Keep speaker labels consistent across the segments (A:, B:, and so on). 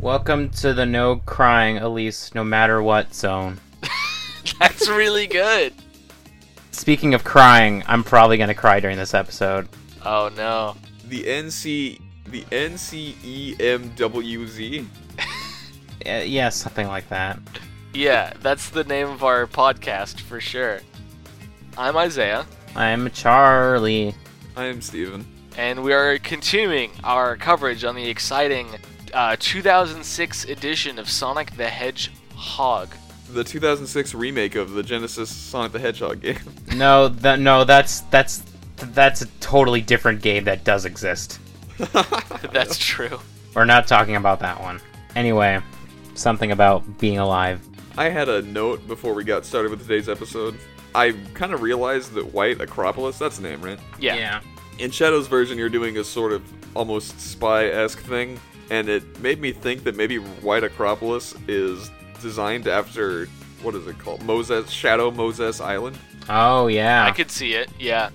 A: Welcome to the no crying, Elise, no matter what zone.
B: That's really good.
A: Speaking of crying, I'm probably gonna cry during this episode.
B: Oh no.
C: The NC the E NCEMWZ.
A: Uh, yeah, something like that.
B: Yeah, that's the name of our podcast for sure. I'm Isaiah,
A: I'm Charlie.
C: I am Steven.
B: and we are continuing our coverage on the exciting uh, 2006 edition of Sonic the Hedgehog.
C: The 2006 remake of the Genesis Sonic the Hedgehog game.
A: No, that no, that's that's that's a totally different game that does exist.
B: That's true.
A: We're not talking about that one. Anyway, something about being alive.
C: I had a note before we got started with today's episode. I kind of realized that White Acropolis, that's the name, right?
B: Yeah.
C: In Shadow's version, you're doing a sort of almost spy esque thing, and it made me think that maybe White Acropolis is designed after, what is it called? Moses, Shadow Moses Island?
A: Oh yeah.
B: I could see it. Yeah.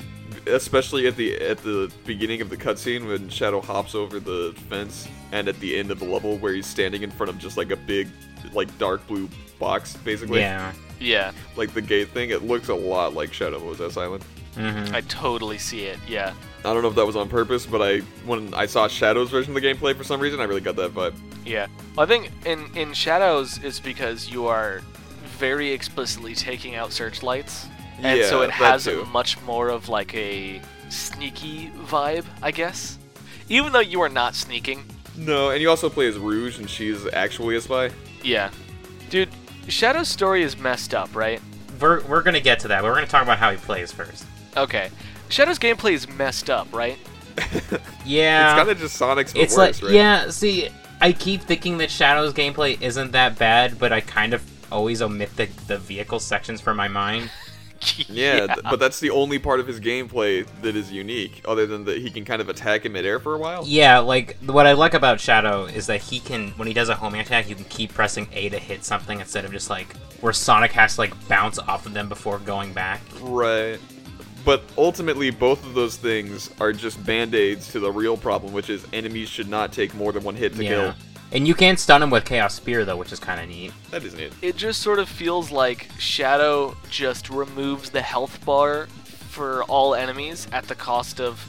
C: especially at the at the beginning of the cutscene when Shadow hops over the fence, and at the end of the level where he's standing in front of just like a big, like dark blue box, basically,
A: yeah.
B: Yeah.
C: like the gate thing. It looks a lot like Shadow Moses Island.
A: hmm
B: I totally see it. Yeah.
C: I don't know if that was on purpose, but I when I saw Shadow's version of the gameplay for some reason, I really got that vibe.
B: Yeah. I think in in Shadows it's because you are very explicitly taking out searchlights. And
C: yeah,
B: so it
C: that
B: has
C: too.
B: much more of like a sneaky vibe, I guess. Even though you are not sneaking.
C: No, and you also play as Rouge, and she's actually a spy.
B: Yeah. Dude, Shadow's story is messed up, right?
A: We're we're gonna get to that. but We're gonna talk about how he plays first.
B: Okay. Shadow's gameplay is messed up, right?
A: Yeah.
C: It's kind of just Sonic's, but
A: it's
C: worse,
A: like
C: right?
A: yeah see i keep thinking that shadow's gameplay isn't that bad but i kind of always omit the, the vehicle sections from my mind
C: Yeah, th- but that's the only part of his gameplay that is unique, other than that he can kind of attack in midair for a while.
A: yeah like what i like about shadow is that he can when he does a homing attack you can keep pressing a to hit something instead of just like where sonic has to like bounce off of them before going back
C: Right. But ultimately, both of those things are just band aids to the real problem, which is enemies should not take more than one hit to
A: yeah and you can stun him with chaos spear though which is kind of neat
C: kill. That isn't it.
B: It just sort of feels like Shadow just removes the health bar for all enemies at the cost of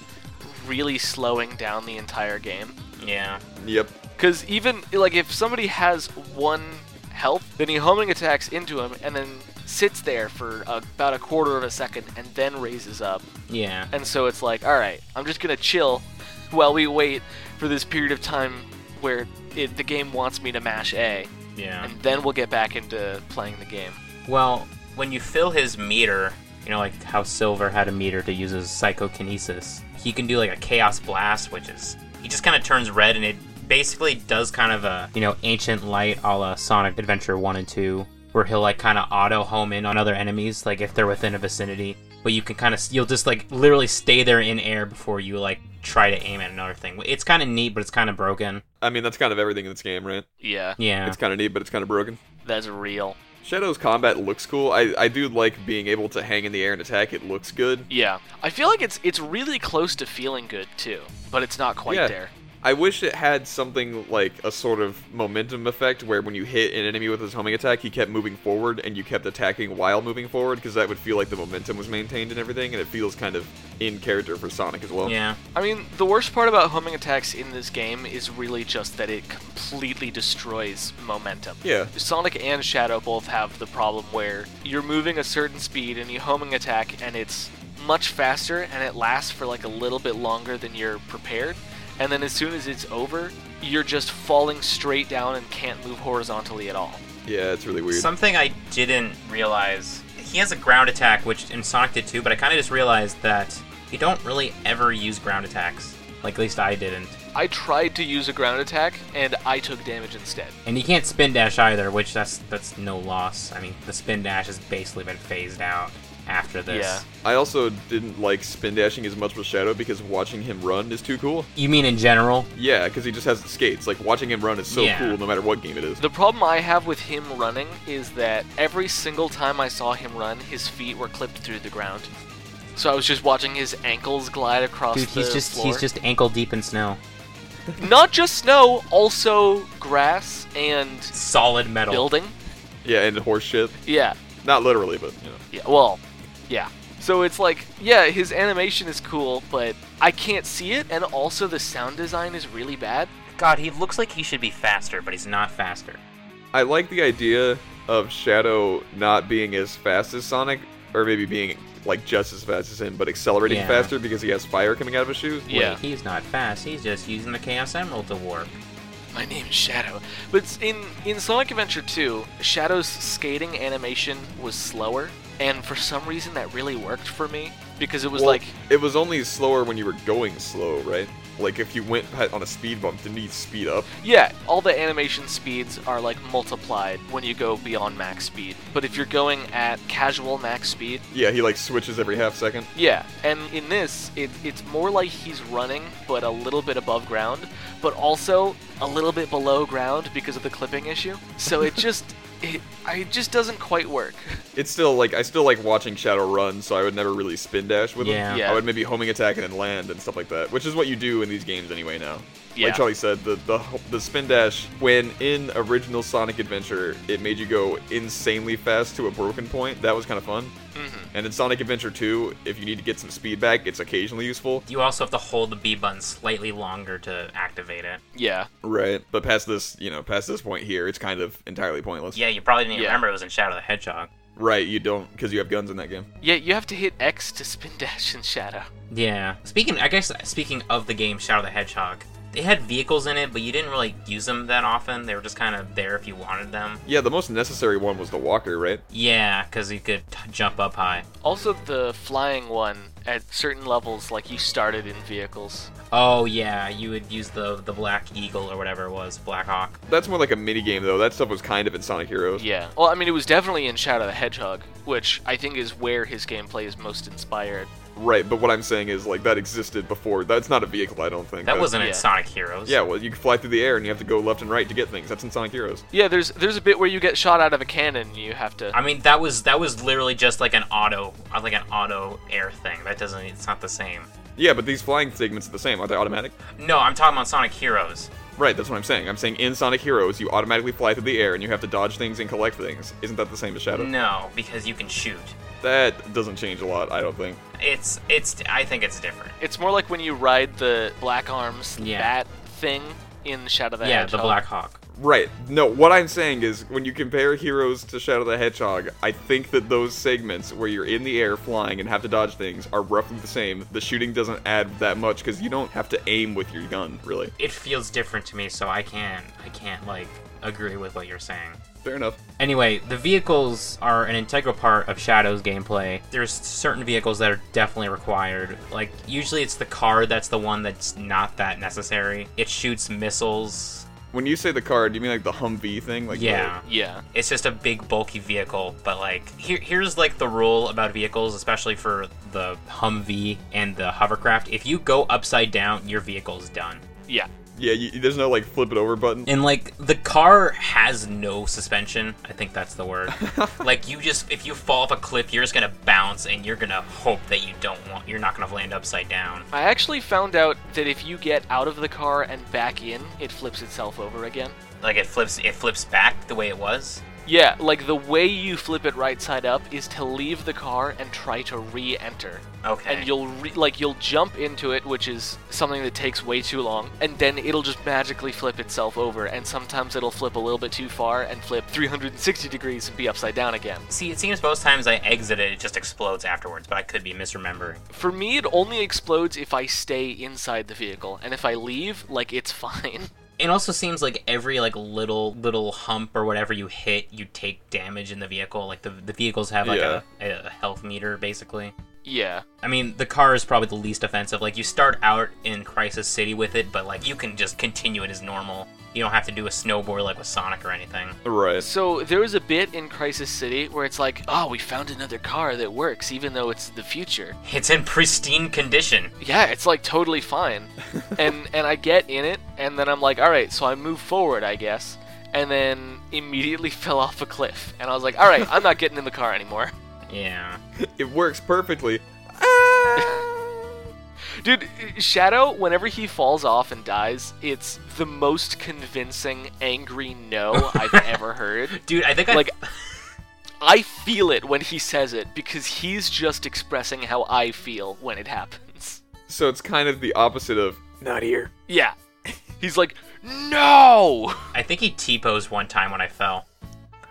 B: really slowing down the entire game.
A: yeah
C: Yep.
B: Because even like if somebody has one health, then he homing attacks into him and then sits there for uh, about a quarter of a second and then raises up.
A: yeah
B: And so it's like, all right, I'm just gonna chill while we wait for this period of time where it, the game wants me to mash A,
A: yeah
B: and then we'll get back into playing the game.
A: Well, when you fill his meter, you know, like how Silver had a meter to use as psychokinesis, he can do like a chaos blast, which is he just kind of turns red and it basically does kind of a you know ancient light a la Sonic Adventure One and Two, where he'll like kind of auto home in on other enemies, like if they're within a vicinity. But you can kind of you'll just like literally stay there in air before you like try to aim at another thing. It's kind of neat, but it's kind of broken.
C: I mean, that's kind of everything in this game, right?
B: Yeah,
A: Yeah.
C: It's kind of neat, but it's kind of broken.
B: that's real.
C: Shadow's combat looks cool. I, I do like being able to hang in the air and attack. It looks good.
B: Yeah, I feel like it's it's really close to feeling good too, but it's not quite
C: Yeah.
B: there.
C: I wish it had something like a sort of momentum effect where when you hit an enemy with his homing attack, he kept moving forward and you kept attacking while moving forward because that would feel like the momentum was maintained and everything, and it feels kind of in character for Sonic as well.
A: yeah.
B: I mean, the worst part about homing attacks in this game is really just that it completely destroys momentum.
C: Yeah.
B: Sonic and Shadow both have the problem where you're moving a certain speed and you homing attack and it's much faster and it lasts for like a little bit longer than you're prepared. And then as soon as it's over, you're just falling straight down and can't move horizontally at all.
C: Yeah, it's really weird.
A: Something I didn't realize he has a ground attack, which in Sonic did too, but I kind of just realized that you don't really ever use ground attacks. Like, at least I didn't.
B: I tried to use a ground attack and I took damage instead.
A: And you can't spin dash either, which that's that's no loss. I mean, the spin dash has basically been phased out after this.
B: Yeah.
C: I also didn't like spin dashing as much with Shadow because watching him run is too cool.
A: You mean in general?
C: Yeah, because he just has the skates. Like watching him run is so
A: Yeah.
C: cool no matter what game it is.
B: The problem I have with him running is that every single time I saw him run, his feet were clipped through the ground. So I was just watching his ankles glide across
A: Dude,
B: the
A: he's just
B: floor.
A: he's just ankle deep in snow.
B: Not just snow, also grass and
A: Solid metal.
B: building.
C: Yeah, and horse shit.
B: Yeah.
C: Not literally, but you know.
B: Yeah, well, yeah. So it's like, yeah, his animation is cool, but I can't see it, and also the sound design is really bad.
A: God, he looks like he should be faster, but he's not faster.
C: I like the idea of Shadow not being as fast as Sonic, or maybe being like just as fast as him, but accelerating
A: Yeah.
C: faster because he has fire coming out of his shoes.
B: Yeah.
A: Wait, he's not fast. He's just using the Chaos Emerald to warp.
B: My name is Shadow. But s- in in Sonic Adventure 2, Shadow's skating animation was slower, and for some reason that really worked for me because it was
C: Well,
B: like,
C: it was only slower when you were going slow, right? Like if you went pa- on a speed bump, didn't you speed up?
B: yeah, all the animation speeds are like multiplied when you go beyond max speed. But if you're going at casual max speed,
C: Yeah, he like switches every half second.
B: Yeah, and in this, it, it's more like he's running, but a little bit above ground, but also a little bit below ground because of the clipping issue. So it just, it, it just doesn't quite work.
C: It's still like I still like watching Shadow run, so I would never really spin dash with
A: Yeah.
C: him.
B: Yeah.
C: I would maybe homing attack and then land and stuff like that, which is what you do in these games anyway now.
B: Yeah.
C: Like Charlie said, the, the the spin dash when in original Sonic Adventure, it made you go insanely fast to a broken point. That was kind of fun.
B: Mhm.
C: And in Sonic Adventure 2, if you need to get some speed back, it's occasionally useful.
A: You also have to hold the B button slightly longer to activate it.
B: Yeah,
C: Right. But past this, you know, past this point here, it's kind of entirely pointless.
A: Yeah, you probably didn't even
B: Yeah.
A: remember it was in Shadow the Hedgehog.
C: Right, you don't because you have guns in that game.
B: yeah, you have to hit X to spin dash in Shadow.
A: Yeah. Speaking, I guess speaking of the game Shadow the Hedgehog, they had vehicles in it, but you didn't really use them that often. They were just kind of there if you wanted them.
C: Yeah, the most necessary one was the walker, right?
A: Yeah, because you could t- jump up high.
B: Also, the flying one at certain levels, like you started in vehicles.
A: Oh yeah, you would use the the Black Eagle or whatever it was, Black Hawk.
C: That's more like a mini game though. That stuff was kind of in Sonic Heroes.
B: Yeah. Well, I mean, it was definitely in Shadow the Hedgehog, which I think is where his gameplay is most inspired.
C: Right, but what I'm saying is like that existed before. That's not a vehicle, I don't think.
A: That wasn't
B: yeah.
A: in Sonic Heroes.
C: Yeah, well, you can fly through the air and you have to go left and right to get things. That's in Sonic Heroes.
B: Yeah, there's there's a bit where you get shot out of a cannon. and You have to
A: I mean that was that was literally just like an auto uh, like an auto air thing. That doesn't it's not the same.
C: Yeah, but these flying segments are the same. Aren't they automatic?
A: No, I'm talking about Sonic Heroes.
C: Right, that's what I'm saying. I'm saying in Sonic Heroes, you automatically fly through the air and you have to dodge things and collect things. Isn't that the same as Shadow?
A: No, because you can shoot.
C: That doesn't change a lot, I don't think.
A: It's it's I think it's different.
B: It's more like when you ride the Black Arms
A: Yeah.
B: bat thing in Shadow the
A: yeah,
B: Hedgehog.
A: the Black Hawk.
C: Right. No, what I'm saying is when you compare Heroes to Shadow the Hedgehog, I think that those segments where you're in the air flying and have to dodge things are roughly the same. The shooting doesn't add that much because you don't have to aim with your gun, really.
A: It feels different to me, so I can't I can't like agree with what you're saying.
C: Fair enough.
A: Anyway, the vehicles are an integral part of Shadow's gameplay. There's certain vehicles that are definitely required. Like, usually it's the car that's the one that's not that necessary. It shoots missiles.
C: When you say the car, do you mean like the Humvee thing? Like the-
A: Yeah.
B: Yeah.
A: It's just a big, bulky vehicle. But, like, here, here's, like, the rule about vehicles, especially for the Humvee and the hovercraft. If you go upside down, your vehicle's done.
B: Yeah.
C: yeah. You, there's no like flip it over button.
A: And like the car has no suspension. I think that's the word. like you just if you fall off a cliff, you're just gonna bounce and you're gonna hope that you don't want you're not gonna land upside down.
B: I actually found out that if you get out of the car and back in, it flips itself over again.
A: Like it flips it flips back the way it was.
B: Yeah, like the way you flip it right side up is to leave the car and try to re-enter.
A: Okay.
B: And you'll re- like you'll jump into it, which is something that takes way too long, and then it'll just magically flip itself over. And sometimes it'll flip a little bit too far and flip 360 degrees and be upside down again.
A: See, it seems most times I exit it, it just explodes afterwards, but I could be misremembering.
B: For me, it only explodes if I stay inside the vehicle, and if I leave, like it's fine.
A: It also seems like every like little little hump or whatever you hit, you take damage in the vehicle. Like the the vehicles have like
C: Yeah.
A: a, a health meter basically.
B: yeah,
A: I mean, the car is probably the least offensive. Like, you start out in Crisis City with it, but, like, you can just continue it as normal. You don't have to do a snowboard like with Sonic or anything.
C: Right.
B: So there was a bit in Crisis City where it's like, oh, we found another car that works, even though it's the future.
A: It's in pristine condition.
B: Yeah, it's like totally fine. and and I get in it, and then I'm like, all right, so I move forward, I guess, and then immediately fell off a cliff, and I was like, all right, I'm not getting in the car anymore.
A: Yeah.
C: Ah! It works perfectly.
B: Dude, Shadow, whenever he falls off and dies, it's the most convincing angry no I've ever heard.
A: Dude, I think I
B: Like, I feel it when he says it because he's just expressing how I feel when it happens.
C: So it's kind of the opposite of not here.
B: Yeah. He's like, no!
A: I think he T posed one time when I fell.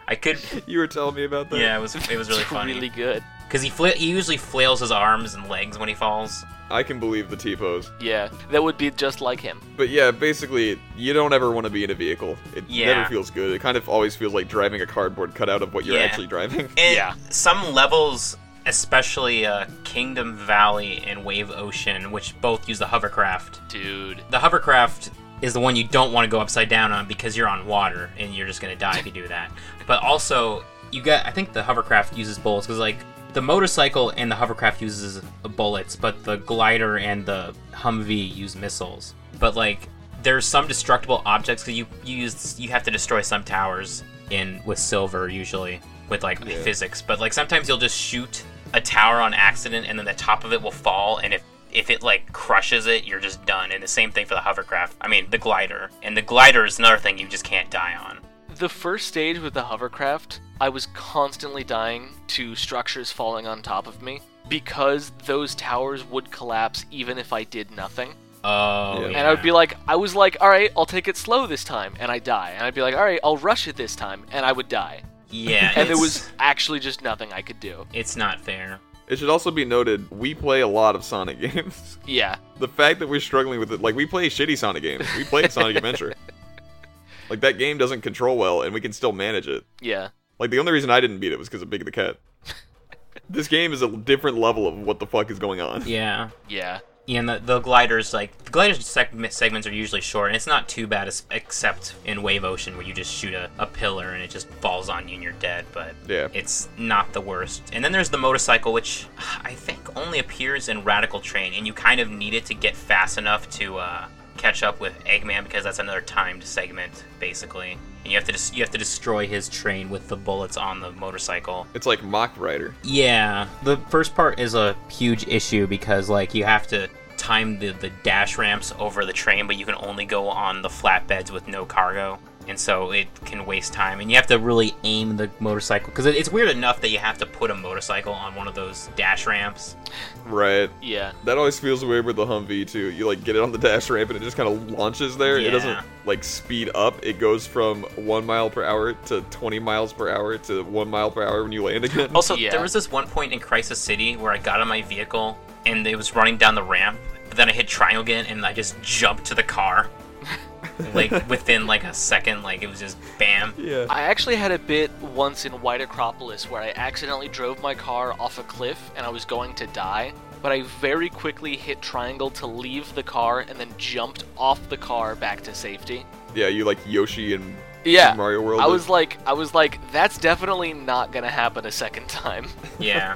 A: I could.
C: You were telling me about that.
A: Yeah, it was it was really
B: It's
A: funny
B: really good.
A: because he fla- he usually flails his arms and legs when he falls.
C: I can believe the T pose.
B: Yeah, that would be just like him.
C: But yeah, basically, you don't ever want to be in a vehicle. It
A: Yeah.
C: never feels good. It kind of always feels like driving a cardboard cutout of what you're
A: Yeah.
C: actually driving.
A: And
B: Yeah.
A: some levels, especially uh, Kingdom Valley and Wave Ocean, which both use the hovercraft.
B: Dude.
A: The hovercraft is the one you don't want to go upside down on because you're on water and you're just gonna die if you do that. But also, you get I think the hovercraft uses bullets because like the motorcycle and the hovercraft uses bullets, but the glider and the Humvee use missiles. But like there's some destructible objects because you you use you have to destroy some towers in with silver usually with like physics. But like sometimes you'll just shoot a tower on accident and then the top of it will fall and if if it like crushes it, you're just done. And the same thing for the hovercraft. I mean, the glider. And the glider is another thing you just can't die on.
B: The first stage with the hovercraft, I was constantly dying to structures falling on top of me because those towers would collapse even if I did nothing.
A: Oh,
C: Yeah.
A: yeah.
B: And I would be like, I was like, all right, I'll take it slow this time, and I die. And I'd be like, all right, I'll rush it this time, and I would die.
A: yeah,
B: And
A: it's,
B: there was actually just nothing I could do.
A: it's not fair.
C: It should also be noted we play a lot of Sonic games.
B: Yeah.
C: the fact that we're struggling with it, like we play shitty Sonic games. We played Sonic Adventure. Like that game doesn't control well, and we can still manage it.
B: Yeah.
C: Like the only reason I didn't beat it was because of Big the Cat. this game is a different level of what the fuck is going on.
A: Yeah.
B: Yeah.
A: Yeah, and the, the gliders, like, the gliders seg- segments are usually short, and it's not too bad, es- except in Wave Ocean, where you just shoot a, a pillar and it just falls on you and you're dead, but
C: Yeah.
A: it's not the worst. And then there's the motorcycle, which I think only appears in Radical Train, and you kind of need it to get fast enough to uh, catch up with Eggman, because that's another timed segment, basically. And you have to des- you have to destroy his train with the bullets on the motorcycle.
C: It's like Mock Rider.
A: Yeah, the first part is a huge issue because like you have to time the the dash ramps over the train, but you can only go on the flatbeds with no cargo, and so it can waste time. And you have to really aim the motorcycle because it's weird enough that you have to put a motorcycle on one of those dash ramps.
C: Right.
B: Yeah.
C: That always feels weird with the Humvee too. You like get it on the dash ramp and it just kind of launches there.
A: Yeah.
C: It doesn't like speed up. It goes from one mile per hour to twenty miles per hour to one mile per hour when you land again.
A: Also,
B: Yeah.
A: there was this one point in Crisis City where I got on my vehicle and it was running down the ramp, but then I hit triangle again and I just jumped to the car. like within like a second, like it was just bam.
C: yeah.
B: I actually had a bit once in White Acropolis where I accidentally drove my car off a cliff and I was going to die, but I very quickly hit triangle to leave the car and then jumped off the car back to safety.
C: yeah, you like Yoshi and
B: Yeah.
C: Mario World.
B: I
C: it.
B: was like I was like that's definitely not going to happen a second time.
A: Yeah.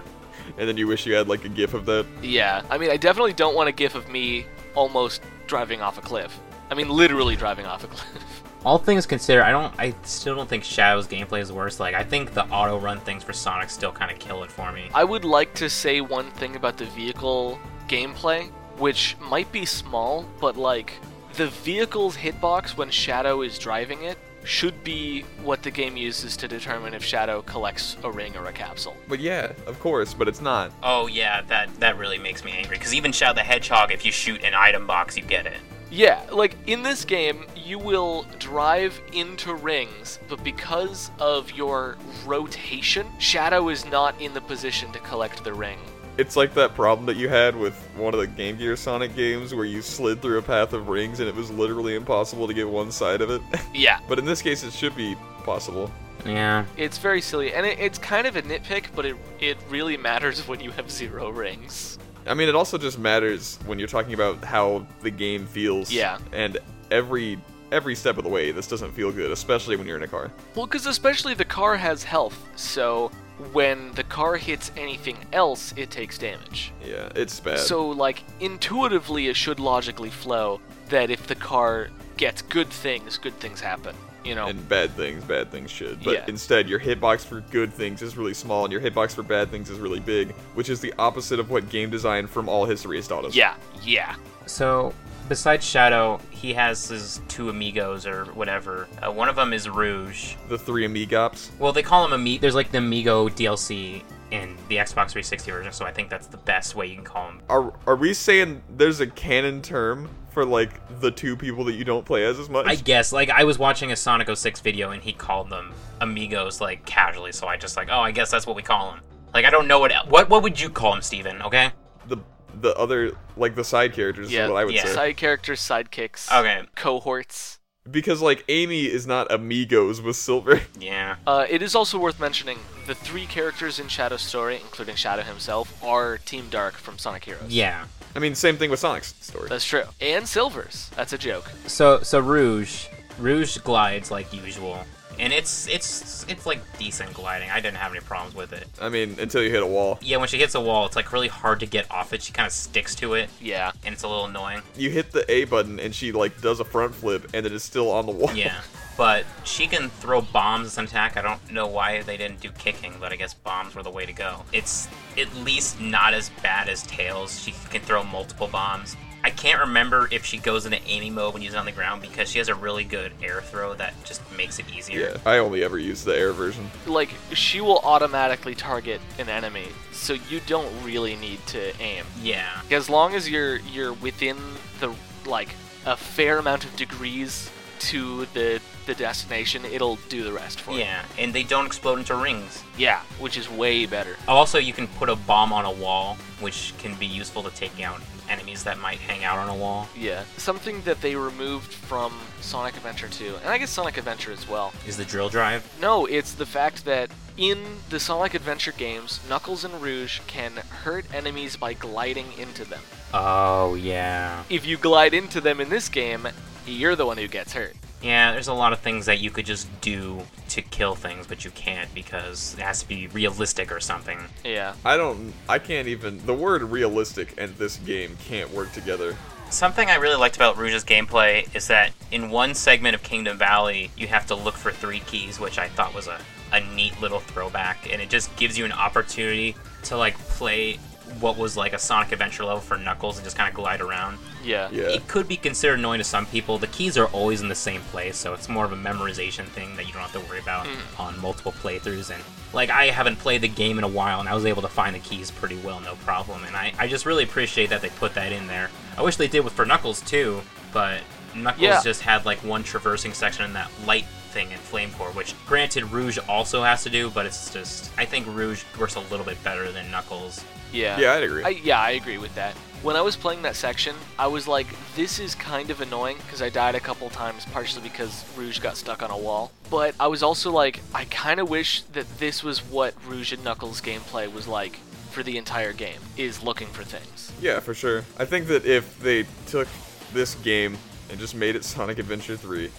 C: and then you wish you had like a gif of that.
B: yeah. I mean, I definitely don't want a gif of me almost driving off a cliff. I mean, literally driving off a cliff.
A: All things considered, I don't. I still don't think Shadow's gameplay is worse. Like, I think the auto run things for Sonic still kind of kill it for me.
B: I would like to say one thing about the vehicle gameplay, which might be small, but like the vehicle's hitbox when Shadow is driving it should be what the game uses to determine if Shadow collects a ring or a capsule.
C: But yeah, of course, but it's not.
A: Oh yeah, that that really makes me angry. Because even Shadow the Hedgehog, if you shoot an item box, you get it.
B: Yeah, like in this game, you will drive into rings, but because of your rotation, Shadow is not in the position to collect the ring.
C: It's like that problem that you had with one of the Game Gear Sonic games where you slid through a path of rings and it was literally impossible to get one side of it.
B: Yeah,
C: but in this case, it should be possible.
A: Yeah.
B: It's very silly, and it, it's kind of a nitpick, but it it really matters when you have zero rings.
C: I mean, it also just matters when you're talking about how the game feels.
B: Yeah.
C: And every every step of the way, this doesn't feel good, especially when you're in a car.
B: Well, because especially the car has health, so when the car hits anything else, it takes damage.
C: Yeah, it's bad.
B: So, like intuitively, it should logically flow that if the car gets good things, good things happen. you know.
C: and bad things, bad things should. But
B: Yeah.
C: instead, your hitbox for good things is really small, and your hitbox for bad things is really big, which is the opposite of what game design from all history has taught us.
B: yeah, yeah.
A: So, besides Shadow, he has his two amigos or whatever. Uh, one of them is Rouge.
C: The three Amigops.
A: Well, they call him Ami. There's like the Amigo DLC in the Xbox 360 version, so I think that's the best way you can call him.
C: Are are we saying there's a canon term for like the two people that you don't play as as much?
A: I guess, like, I was watching a Sonic 06 video and he called them Amigos, like, casually, so I just, like, oh, I guess that's what we call them. Like, I don't know what. el- What, what would you call him, Steven, okay?
C: the the other like the side characters
B: Yeah,
C: is what I would
A: yeah.
C: say.
B: Side characters, sidekicks,
A: Okay.
B: cohorts.
C: Because like Amy is not amigos with Silver.
A: Yeah.
B: Uh, it is also worth mentioning the three characters in Shadow's story, including Shadow himself, are Team Dark from Sonic Heroes.
A: Yeah.
C: I mean, same thing with Sonic's story.
B: That's true. And Silver's. That's a joke.
A: So so Rouge Rouge glides like usual. And it's it's it's like decent gliding. I didn't have any problems with it.
C: I mean, until you hit a wall.
A: Yeah, when she hits a wall, it's like really hard to get off it. She kind of sticks to it,
B: Yeah.
A: and it's a little annoying.
C: You hit the A button and she like does a front flip and it is still on the wall.
A: Yeah, but she can throw bombs as an attack. I don't know why they didn't do kicking, but I guess bombs were the way to go. It's at least not as bad as Tails. She can throw multiple bombs. I can't remember if she goes into Amy mode when used on the ground because she has a really good air throw that just makes it easier.
C: Yeah, I only ever use the air version.
B: Like, she will automatically target an enemy, so you don't really need to aim.
A: Yeah.
B: As long as you're you're within the like a fair amount of degrees to the the destination, it'll do the rest for you.
A: Yeah, and they don't explode into rings.
B: Yeah, which is way better.
A: Also, you can put a bomb on a wall, which can be useful to take out enemies that might hang out on a wall.
B: Yeah. Something that they removed from Sonic Adventure 2, and I guess Sonic Adventure as well.
A: Is the drill drive?
B: No, it's the fact that in the Sonic Adventure games, Knuckles and Rouge can hurt enemies by gliding into them.
A: Oh, yeah.
B: If you glide into them in this game, you're the one who gets hurt.
A: Yeah, there's a lot of things that you could just do to kill things, but you can't because it has to be realistic or something.
B: Yeah.
C: I don't. I can't even. The word realistic and this game can't work together.
A: Something I really liked about Rouge's gameplay is that in one segment of Kingdom Valley, you have to look for three keys, which I thought was a, a neat little throwback, and it just gives you an opportunity to like play what was like a Sonic Adventure level for Knuckles and just kind of glide around.
B: Yeah.
C: Yeah.
A: It could be considered annoying to some people. The keys are always in the same place, so it's more of a memorization thing that you don't have to worry about on multiple playthroughs. And like, I haven't played the game in a while, and I was able to find the keys pretty well, no problem. And I, I just really appreciate that they put that in there. I wish they did with for Knuckles too, but Knuckles
B: Yeah.
A: just had like one traversing section in that light thing in Flame Core, which granted Rouge also has to do, but it's just I think Rouge works a little bit better than Knuckles.
B: Yeah.
C: Yeah, I'd agree.
B: I, yeah, I agree with that. When I was playing that section, I was like, this is kind of annoying because I died a couple times, partially because Rouge got stuck on a wall. But I was also like, I kind of wish that this was what Rouge and Knuckles gameplay was like for the entire game, is looking for things.
C: Yeah, for sure. I think that if they took this game and just made it Sonic Adventure 3,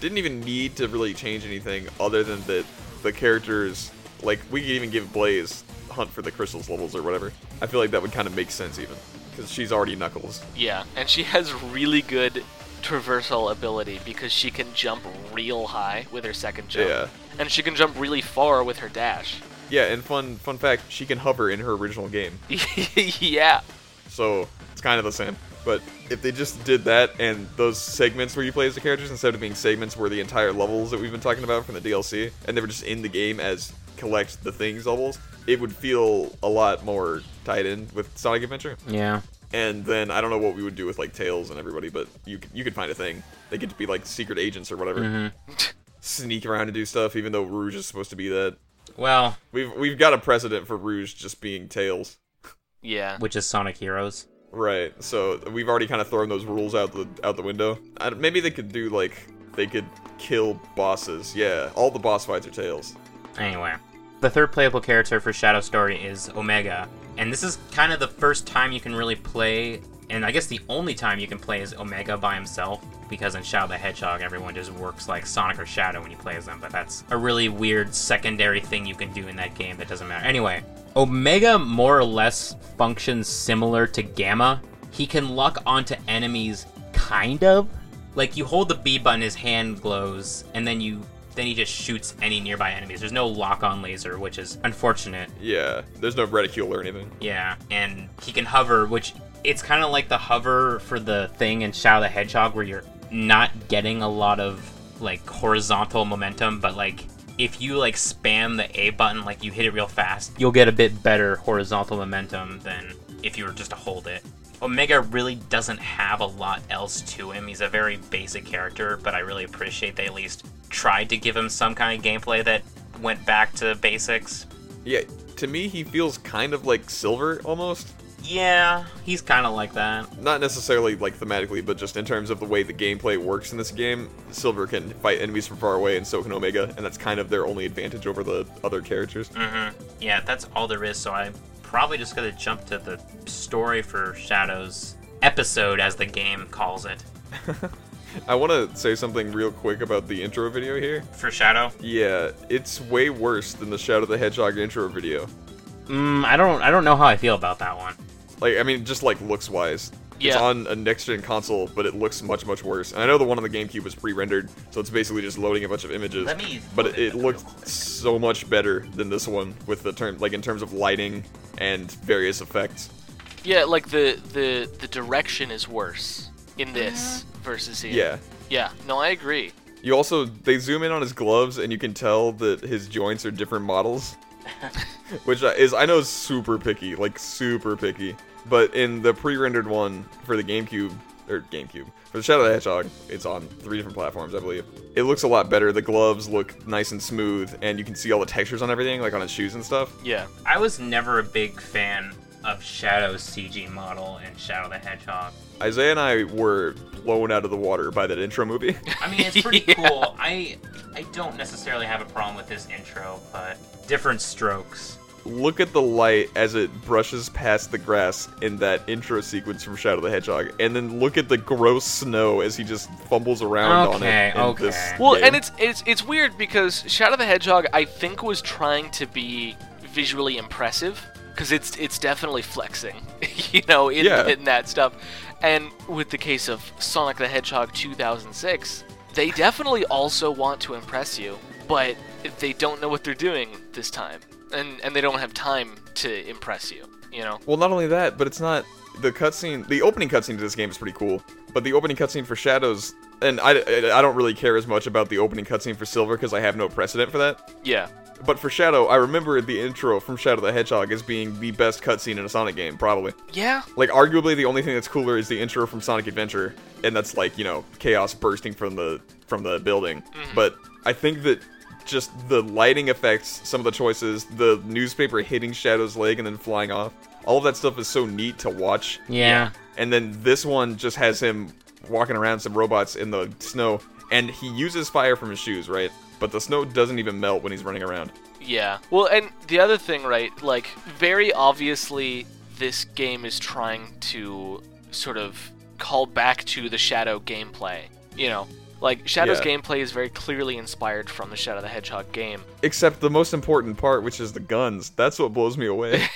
C: didn't even need to really change anything other than that the characters, like, we could even give Blaze Hunt for the Crystals levels or whatever. I feel like that would kind of make sense even. Because she's already Knuckles.
B: Yeah, and she has really good traversal ability because she can jump real high with her second jump.
C: Yeah.
B: And she can jump really far with her dash.
C: Yeah, and fun fun fact, she can hover in her original game.
B: yeah.
C: So it's kind of the same. But if they just did that and those segments where you play as the characters instead of being segments were the entire levels that we've been talking about from the DLC, and they were just in the game as collect the things levels, it would feel a lot more tied in with Sonic Adventure.
A: Yeah.
C: And then I don't know what we would do with like Tails and everybody, but you c- you could find a thing. They get to be like secret agents or whatever, sneak around and do stuff. Even though Rouge is supposed to be that,
A: Well,
C: we've we've got a precedent for Rouge just being Tails.
B: Yeah.
A: which is Sonic Heroes.
C: Right. So we've already kind of thrown those rules out the out the window. I, don't- maybe they could do like they could kill bosses. Yeah, all the boss fights are tails.
A: Anyway, the third playable character for Shadow Story is Omega, and this is kind of the first time you can really play, and I guess the only time you can play is Omega by himself, because in Shadow the Hedgehog, everyone just works like Sonic or Shadow when you play as them, but that's a really weird secondary thing you can do in that game that doesn't matter. Anyway, Omega more or less functions similar to Gamma. He can lock onto enemies, kind of, Like you hold the B button, his hand glows, and then you then he just shoots any nearby enemies. There's no lock-on laser, which is unfortunate.
C: Yeah, there's no reticule or anything.
A: Yeah, and he can hover, which it's kind of like the hover for the thing in Shadow the Hedgehog, where you're not getting a lot of like horizontal momentum, but like if you like spam the A button, like you hit it real fast, you'll get a bit better horizontal momentum than if you were just to hold it. Omega really doesn't have a lot else to him. He's a very basic character, but I really appreciate they at least tried to give him some kind of gameplay that went back to basics.
C: Yeah, to me, he feels kind of like Silver almost.
A: Yeah, he's kind of like that.
C: Not necessarily like thematically, but just in terms of the way the gameplay works in this game. Silver can fight enemies from far away, and so can Omega, and that's kind of their only advantage over the other characters.
A: Mm-hmm. Yeah, that's all there is. So I'm probably just gonna jump to the story for Shadows episode, as the game calls it,
C: I want to say something real quick about the intro video here.
A: for Shadow.
C: Yeah, it's way worse than the Shadow the Hedgehog intro video.
A: Mm, I don't, I don't know how I feel about that one.
C: Like, I mean, just like looks wise. It's
B: Yeah.
C: on a next gen console, but it looks much, much worse. And I know the one on the GameCube was pre rendered, so it's basically just loading a bunch of images.
A: Let me
C: but
A: load
C: it,
A: it up
C: it
A: real
C: looked
A: quick.
C: so much better than this one with the term, like in terms of lighting and various effects.
B: Yeah, like the the the direction is worse in this versus here.
C: Uh-huh. Yeah.
B: Yeah. No, I agree.
C: You also, they zoom in on his gloves, and you can tell that his joints are different models. which is I know is super picky, like super picky. But in the pre-rendered one for the GameCube or GameCube for the Shadow the Hedgehog, it's on three different platforms, I believe. It looks a lot better. The gloves look nice and smooth, and you can see all the textures on everything, like on his shoes and stuff.
B: Yeah.
A: I was never a big fan of Shadow's CG model and Shadow the Hedgehog.
C: Isaiah and I were blown out of the water by that intro movie.
A: I mean, it's pretty
B: Yeah.
A: cool. I, I don't necessarily have a problem with this intro, but different strokes.
C: Look at the light as it brushes past the grass in that intro sequence from Shadow the Hedgehog, and then look at the gross snow as he just fumbles around on
A: Okay,
C: it. in
A: okay.
C: this
B: Well,
C: game.
B: and it's it's it's weird because Shadow the Hedgehog I think was trying to be visually impressive because it's it's definitely flexing, you know, in,
C: Yeah.
B: in that stuff. And with the case of Sonic the Hedgehog 2006, they definitely also want to impress you, but they don't know what they're doing this time, and and they don't have time to impress you, you know.
C: Well, not only that, but it's not the cutscene. The opening cutscene to this game is pretty cool, but the opening cutscene for Shadows, and I, I, I don't really care as much about the opening cutscene for Silver because I have no precedent for that.
B: Yeah.
C: But for Shadow, I remember the intro from Shadow the Hedgehog as being the best cutscene in a Sonic game, probably.
B: Yeah.
C: Like, arguably, the only thing that's cooler is the intro from Sonic Adventure, and that's like you know chaos bursting from the from the building. But I think that just the lighting effects, some of the choices, the newspaper hitting Shadow's leg and then flying off, all of that stuff is so neat to watch.
A: Yeah.
C: And then this one just has him walking around some robots in the snow, and he uses fire from his shoes, right? But the snow doesn't even melt when he's running around.
B: Yeah. Well, and the other thing, right? Like, very obviously, this game is trying to sort of call back to the Shadow gameplay. You know, like, Shadow's
C: Yeah.
B: gameplay is very clearly inspired from the Shadow the Hedgehog game.
C: Except the most important part, which is the guns. That's what blows me away.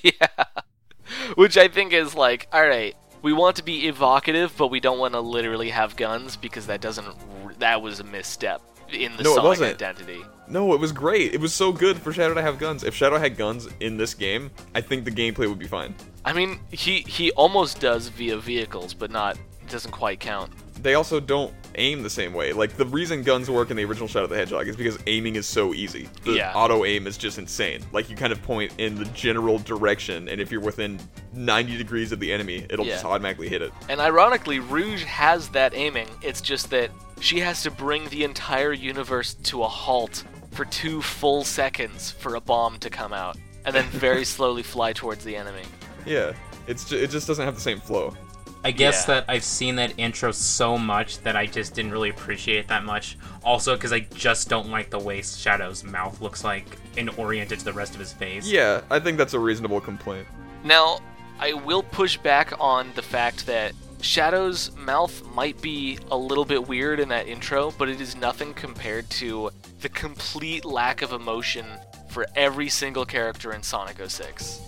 B: yeah. Which I think is like, all right, we want to be evocative, but we don't want to literally have guns because that doesn't. r- That was a misstep in the
C: No, it
B: Sonic
C: wasn't.
B: identity.
C: No, it was great. It was so good for Shadow to have guns. If Shadow had guns in this game, I think the gameplay would be fine.
B: I mean, he he almost does via vehicles, but not doesn't quite count.
C: They also don't aim the same way. Like the reason guns work in the original Shadow the Hedgehog is because aiming is so easy. The
B: Yeah.
C: auto aim is just insane. Like you kind of point in the general direction, and if you're within 90 degrees of the enemy, it'll
B: Yeah.
C: just automatically hit it.
B: And ironically, Rouge has that aiming. It's just that she has to bring the entire universe to a halt for two full seconds for a bomb to come out, and then very slowly fly towards the enemy.
C: Yeah, it's ju- it just doesn't have the same flow.
A: I guess
B: Yeah.
A: that I've seen that intro so much that I just didn't really appreciate that much. Also, because I just don't like the way Shadow's mouth looks like and oriented to the rest of his face.
C: Yeah, I think that's a reasonable complaint.
B: Now, I will push back on the fact that Shadow's mouth might be a little bit weird in that intro, but it is nothing compared to the complete lack of emotion for every single character in Sonic 06.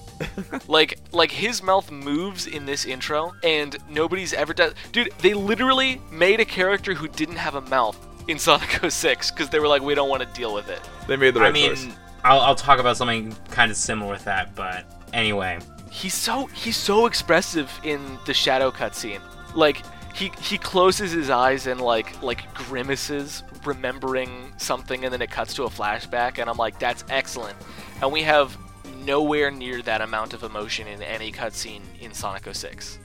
B: like like his mouth moves in this intro and nobody's ever done dude they literally made a character who didn't have a mouth in sonic 06 because they were like we don't want to deal with it
C: They made the right
A: I mean,
C: choice.
A: I'll, I'll talk about something kind of similar with that, but anyway,
B: he's so he's so expressive in the shadow cutscene like he he closes his eyes and like like grimaces remembering something and then it cuts to a flashback and i'm like that's excellent and we have nowhere near that amount of emotion in any cutscene in sonic 06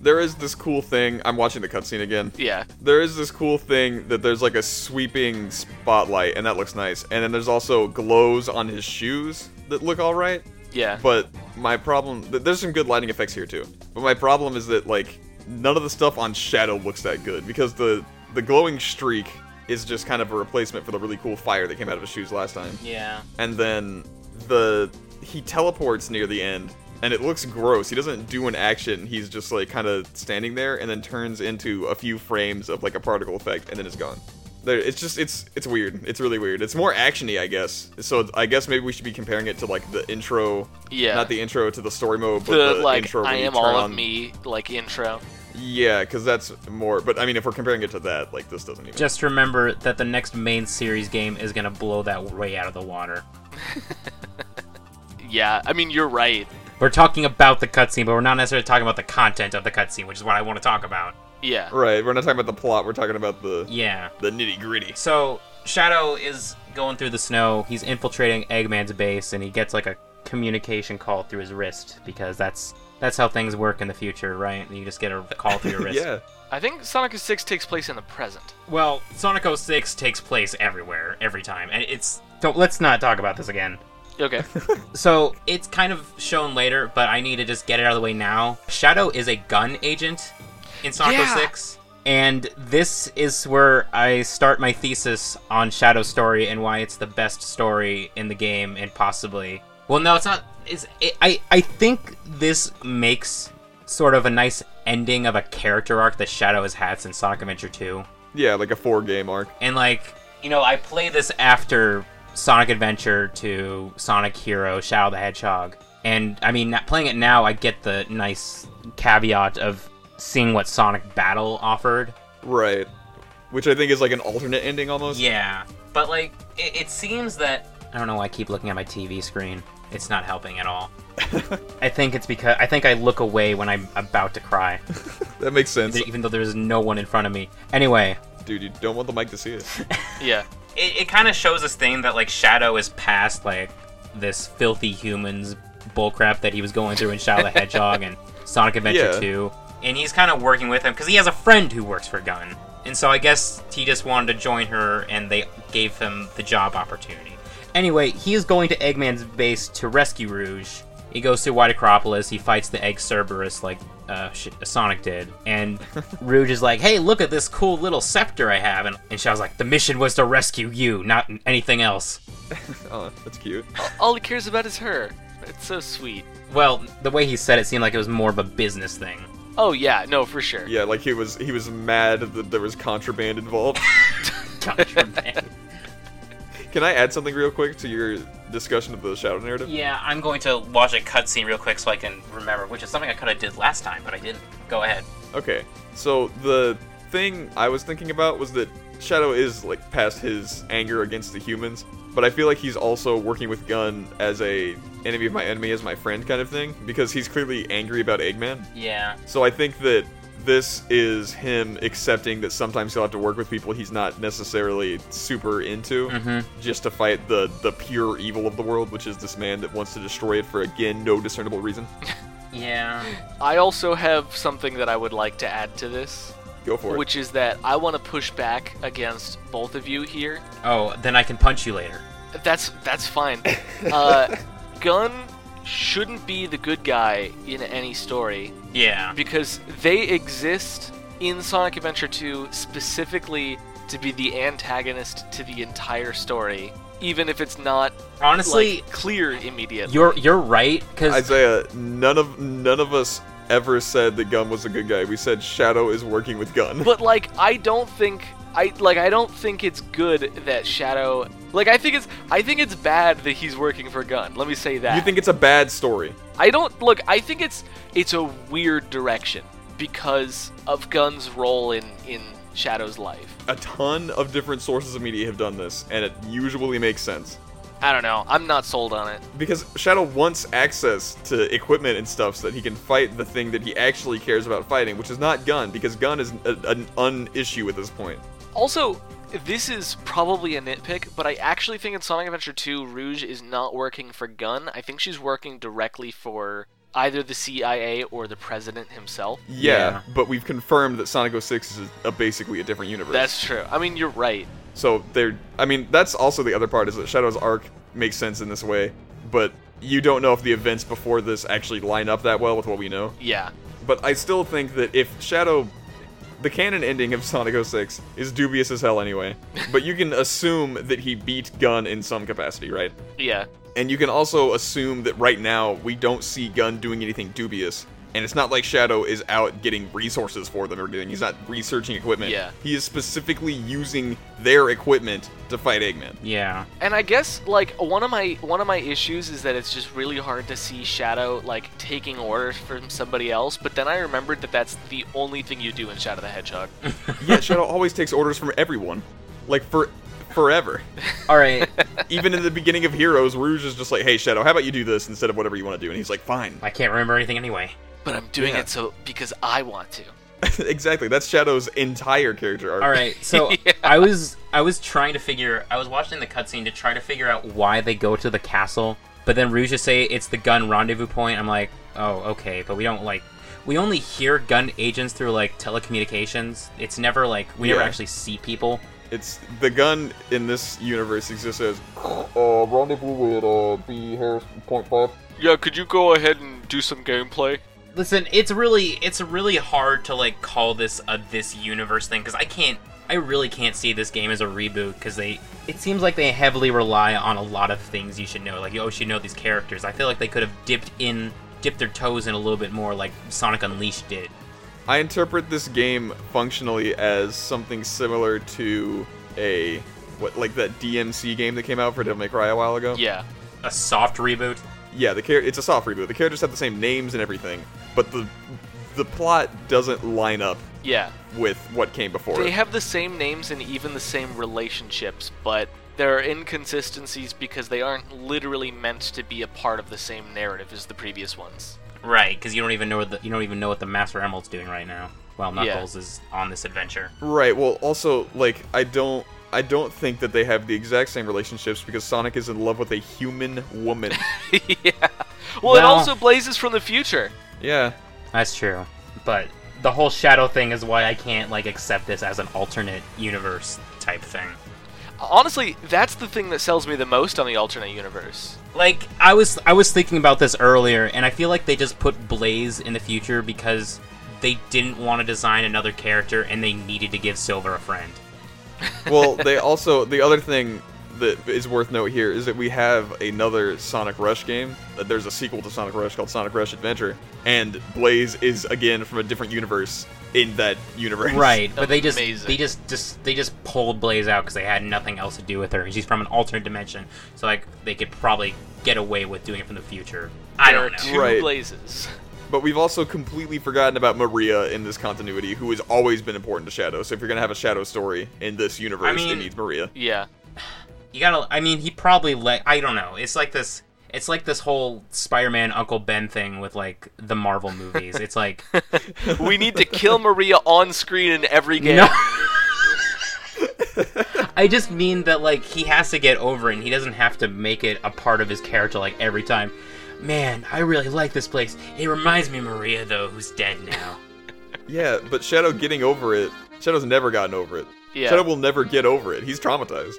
C: There is this cool thing. I'm watching the cutscene again.
B: yeah
C: There is this cool thing that there's like a sweeping spotlight, and that looks nice. And then there's also glows on his shoes that look all right.
B: yeah
C: But my problem, th- there's some good lighting effects here too. But my problem is that like none of the stuff on Shadow looks that good because the the glowing streak is just kind of a replacement for the really cool fire that came out of his shoes last time.
A: yeah,
C: And then the he teleports near the end and it looks gross. He doesn't do an action. He's just like kind of standing there and then turns into a few frames of like a particle effect and then it's gone. There, it's just it's it's weird. It's really weird. It's more actiony, I guess. So I guess maybe we should be comparing it to like the intro
B: yeah
C: not the intro to the story mode, but
B: the,
C: the,
B: like
C: intro. when
B: I
C: you
B: am
C: turn
B: all
C: on-
B: of me like intro.
C: Yeah, because that's more. But I mean, if we're comparing it to that, like this doesn't even.
A: just remember that the next main series game is gonna blow that way out of the water.
B: Yeah, I mean you're right.
A: We're talking about the cutscene, but we're not necessarily talking about the content of the cutscene, which is what I want to talk about.
B: Yeah.
C: right, we're not talking about the plot. We're talking about the
A: Yeah.
C: the nitty gritty.
A: So Shadow is going through the snow. He's infiltrating Eggman's base, and he gets like a communication call through his wrist because that's that's how things work in the future, right? You just get a call through your wrist.
C: Yeah,
B: I think Sonic 06 takes place in the present.
A: Well, Sonic 06 takes place everywhere, every time, and it's. Don't, let's not talk about this again.
B: Okay.
A: So it's kind of shown later, but I need to just get it out of the way now. Shadow is a gun agent in Sonic
B: Yeah.
A: 06. And this is where I start my thesis on Shadow's story and why it's the best story in the game and possibly. Well, no, it's not. It's, it, I, I think this makes sort of a nice ending of a character arc that Shadow has had since Sonic Adventure 2
C: yeah, like a four game arc.
A: and like you know i play this after sonic adventure to sonic hero shadow the hedgehog and i mean not- playing it now i get the nice caveat of seeing what sonic battle offered
C: Right, which I think is like an alternate ending almost.
A: yeah but like it, it seems that i don't know why i keep looking at my tv screen it's not helping at all i think it's because i think i look away when i'm about to cry
C: that makes sense,
A: even though there's no one in front of me anyway
C: dude. You don't want the mic to see it.
B: Yeah.
A: it, it kind of shows this thing that like Shadow is past like this filthy humans bullcrap that he was going through in Shadow the Hedgehog and Sonic Adventure
C: Yeah.
A: 2, and he's kind of working with him because he has a friend who works for Gun, and so I guess he just wanted to join her, and they gave him the job opportunity. Anyway, he is going to Eggman's base to rescue Rouge. He goes to White Acropolis. He fights the Egg Cerberus like uh, sh- Sonic did. And Rouge is like, hey, look at this cool little scepter I have. And, and Shao's like, the mission was to rescue you, not anything else.
C: oh, that's cute.
B: All he cares about is her. It's so sweet.
A: Well, the way he said it seemed like it was more of a business thing.
B: Oh yeah, no, for sure.
C: Yeah, like he was he was mad that there was contraband involved. Can I add something real quick to your discussion of the shadow narrative?
A: yeah, I'm going to watch a cutscene real quick so I can remember, which is something I could have did last time, but I didn't. Go ahead.
C: Okay, so the thing I was thinking about was that Shadow is like past his anger against the humans, but I feel like he's also working with Gun as a enemy of my enemy as my friend kind of thing because he's clearly angry about Eggman.
A: Yeah.
C: So I think that this is him accepting that sometimes he'll have to work with people he's not necessarily super into just to fight the the pure evil of the world, which is this man that wants to destroy it for again no discernible reason.
A: Yeah.
B: I also have something that I would like to add to this,
C: Go for it.
B: which is that I want to push back against both of you here.
A: Oh, then I can punch you later.
B: That's that's fine. Uh, Gun shouldn't be the good guy in any story.
A: Yeah.
B: because they exist in Sonic Adventure 2 specifically to be the antagonist to the entire story, even if it's not
A: Honestly,
B: like, clear immediately.
A: you're you're right because
C: Isaiah, none of none of us ever said that Gun was a good guy. We said Shadow is working with Gun.
B: But like, I don't think I like I don't think it's good that Shadow. Like, I think it's I think it's bad that he's working for Gun. Let me say that.
C: You think it's a bad story?
B: I don't look. I think it's it's a weird direction because of Gun's role in in Shadow's life.
C: A ton of different sources of media have done this, and it usually makes sense.
B: I don't know. I'm not sold on it.
C: Because Shadow wants access to equipment and stuff so that he can fight the thing that he actually cares about fighting, which is not Gun, because Gun is a, an un-issue at this point.
B: Also, this is probably a nitpick, but I actually think in Sonic Adventure 2, Rouge is not working for Gun. I think she's working directly for either the CIA or the president himself.
C: Yeah,
A: Yeah.
C: but we've confirmed that Sonic 06 is a, basically a different universe.
B: That's true. I mean, you're right.
C: So they're. I mean, that's also the other part is that Shadow's arc makes sense in this way, but you don't know if the events before this actually line up that well with what we know.
B: Yeah.
C: But I still think that if Shadow. The canon ending of Sonic 06 is dubious as hell anyway, but you can assume that he beat Gun in some capacity, right?
B: Yeah.
C: And you can also assume that right now we don't see Gun doing anything dubious. And it's not like Shadow is out getting resources for them or anything. He's not researching equipment.
B: Yeah.
C: He is specifically using their equipment to fight Eggman.
A: Yeah.
B: And I guess like one of my one of my issues is that it's just really hard to see Shadow like taking orders from somebody else, but then I remembered that that's the only thing you do in Shadow the Hedgehog.
C: yeah, Shadow always takes orders from everyone. Like for forever.
A: All right.
C: Even in the beginning of Heroes, Rouge is just like, "Hey Shadow, how about you do this instead of whatever you want to do?" And he's like, "Fine."
A: I can't remember anything anyway.
B: But I'm doing
C: Yeah.
B: it so because I want to.
C: exactly. That's Shadow's entire character arc.
A: All right. So I was I was trying to figure I was watching the cutscene to try to figure out why they go to the castle, but then Rouge just say it's the gun rendezvous point. I'm like, "Oh, okay, but we don't like we only hear gun agents through like telecommunications. It's never like we never
C: Yeah.
A: actually see people.
C: It's the gun in this universe exists as uh, rendezvous with uh, B Harris point five.
B: Yeah, could you go ahead and do some gameplay?
A: Listen, it's really it's really hard to like call this a this universe thing because I can't I really can't see this game as a reboot because they it seems like they heavily rely on a lot of things you should know like you always should know these characters. I feel like they could have dipped in dipped their toes in a little bit more like Sonic Unleashed did.
C: I interpret this game functionally as something similar to a what like that DMC game that came out for Devil May Cry a while ago.
B: Yeah.
A: A soft reboot.
C: Yeah, the char- it's a soft reboot. The characters have the same names and everything, but the the plot doesn't line up
B: Yeah.
C: with what came before
B: They
C: it.
B: have the same names and even the same relationships, but there are inconsistencies because they aren't literally meant to be a part of the same narrative as the previous ones.
A: Right, because you don't even know what the, you don't even know what the Master Emerald's doing right now. While
B: Yeah.
A: Knuckles is on this adventure.
C: right. Well, also like I don't I don't think that they have the exact same relationships because Sonic is in love with a human woman.
B: yeah. Well, it
A: Well-
B: also blazes from the future.
C: yeah.
A: That's true, but the whole shadow thing is why I can't like accept this as an alternate universe type thing.
B: Honestly, that's the thing that sells me the most on the alternate universe.
A: like I was I was thinking about this earlier and I feel like they just put Blaze in the future because they didn't want to design another character and they needed to give Silver a friend.
C: well, they also the other thing that is worth note here is that we have another Sonic Rush game. Uh, There's a sequel to Sonic Rush called Sonic Rush Adventure, and Blaze is again from a different universe in that universe.
A: Right, but they just
B: Amazing.
A: they just just they just pulled Blaze out cuz they had nothing else to do with her. She's from an alternate dimension. So like they could probably get away with doing it from the future. I
B: there
A: don't know.
B: are two
C: Right.
B: blazes.
C: But we've also completely forgotten about Maria in this continuity, who has always been important to Shadow. So if you're gonna have a Shadow story in this universe,
A: I mean-
C: it needs Maria.
B: Yeah.
A: you gotta i mean he probably let i don't know it's like this it's like this whole spider-man uncle ben thing with like the marvel movies it's like
B: We need to kill Maria on screen in every game.
A: no i just mean that like he has to get over it and he doesn't have to make it a part of his character like every time man i really like this place it reminds me of maria though who's dead now
C: Yeah, but Shadow getting over it. Shadow's never gotten over it.
B: Yeah.
C: Shadow will never get over it. He's traumatized.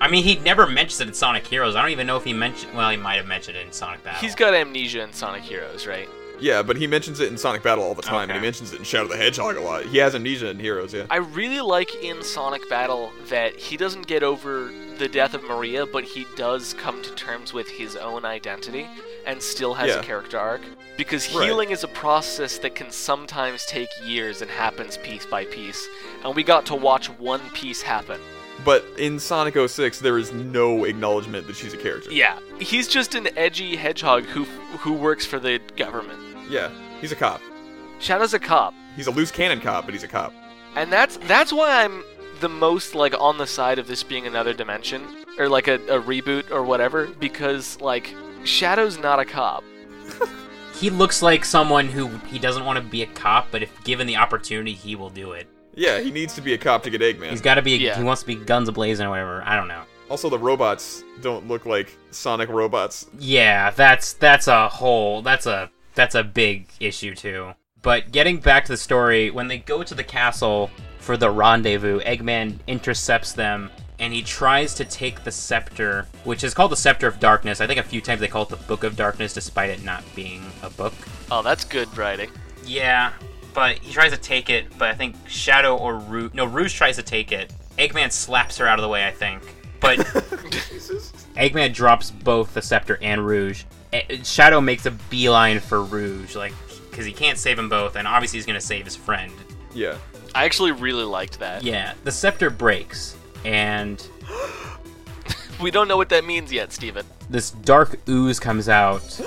A: i mean he never mentions it in sonic heroes i don't even know if he mentioned well he might have mentioned it in sonic battle
B: He's got amnesia in Sonic Heroes, right?
C: Yeah, but he mentions it in Sonic Battle all the time, and
A: Okay.
C: he mentions it in Shadow the Hedgehog a lot. He has amnesia in Heroes, yeah.
B: I really like in Sonic Battle that he doesn't get over the death of Maria, but he does come to terms with his own identity and still has
C: Yeah.
B: a character arc. Because
C: Right.
B: healing is a process that can sometimes take years and happens piece by piece. And we got to watch one piece happen.
C: But in Sonic 06, there is no acknowledgement that she's a character.
B: Yeah, he's just an edgy hedgehog who who works for the government.
C: Yeah, he's a cop.
B: Shadow's a cop,
C: He's a loose cannon cop, but he's a cop.
B: and that's that's why I'm the most like on the side of this being another dimension or like a, a reboot or whatever because like Shadow's not a cop.
A: He looks like someone who he doesn't want to be a cop, but if given the opportunity, he will do it.
C: Yeah, he needs to be a cop to get Eggman.
A: He's got to be.
B: Yeah.
A: He wants to be guns ablazing or whatever. I don't know.
C: also, the robots don't look like Sonic robots.
A: Yeah, that's that's a whole that's a that's a big issue too. But getting back to the story, when they go to the castle for the rendezvous, Eggman intercepts them and he tries to take the scepter, which is called the Scepter of Darkness. I think a few times they call it the Book of Darkness despite it not being a book.
B: Oh, that's good writing.
A: Yeah, but he tries to take it, but I think Shadow or Rouge no, Rouge tries to take it. Eggman slaps her out of the way, I think. But
C: Jesus.
A: Eggman drops both the scepter and Rouge. E- Shadow makes a beeline for Rouge, like because he can't save them both, and obviously he's gonna save his friend.
C: Yeah.
B: I actually really liked that.
A: Yeah, the scepter breaks, and
B: We don't know what that means yet, Steven.
A: this dark ooze comes out,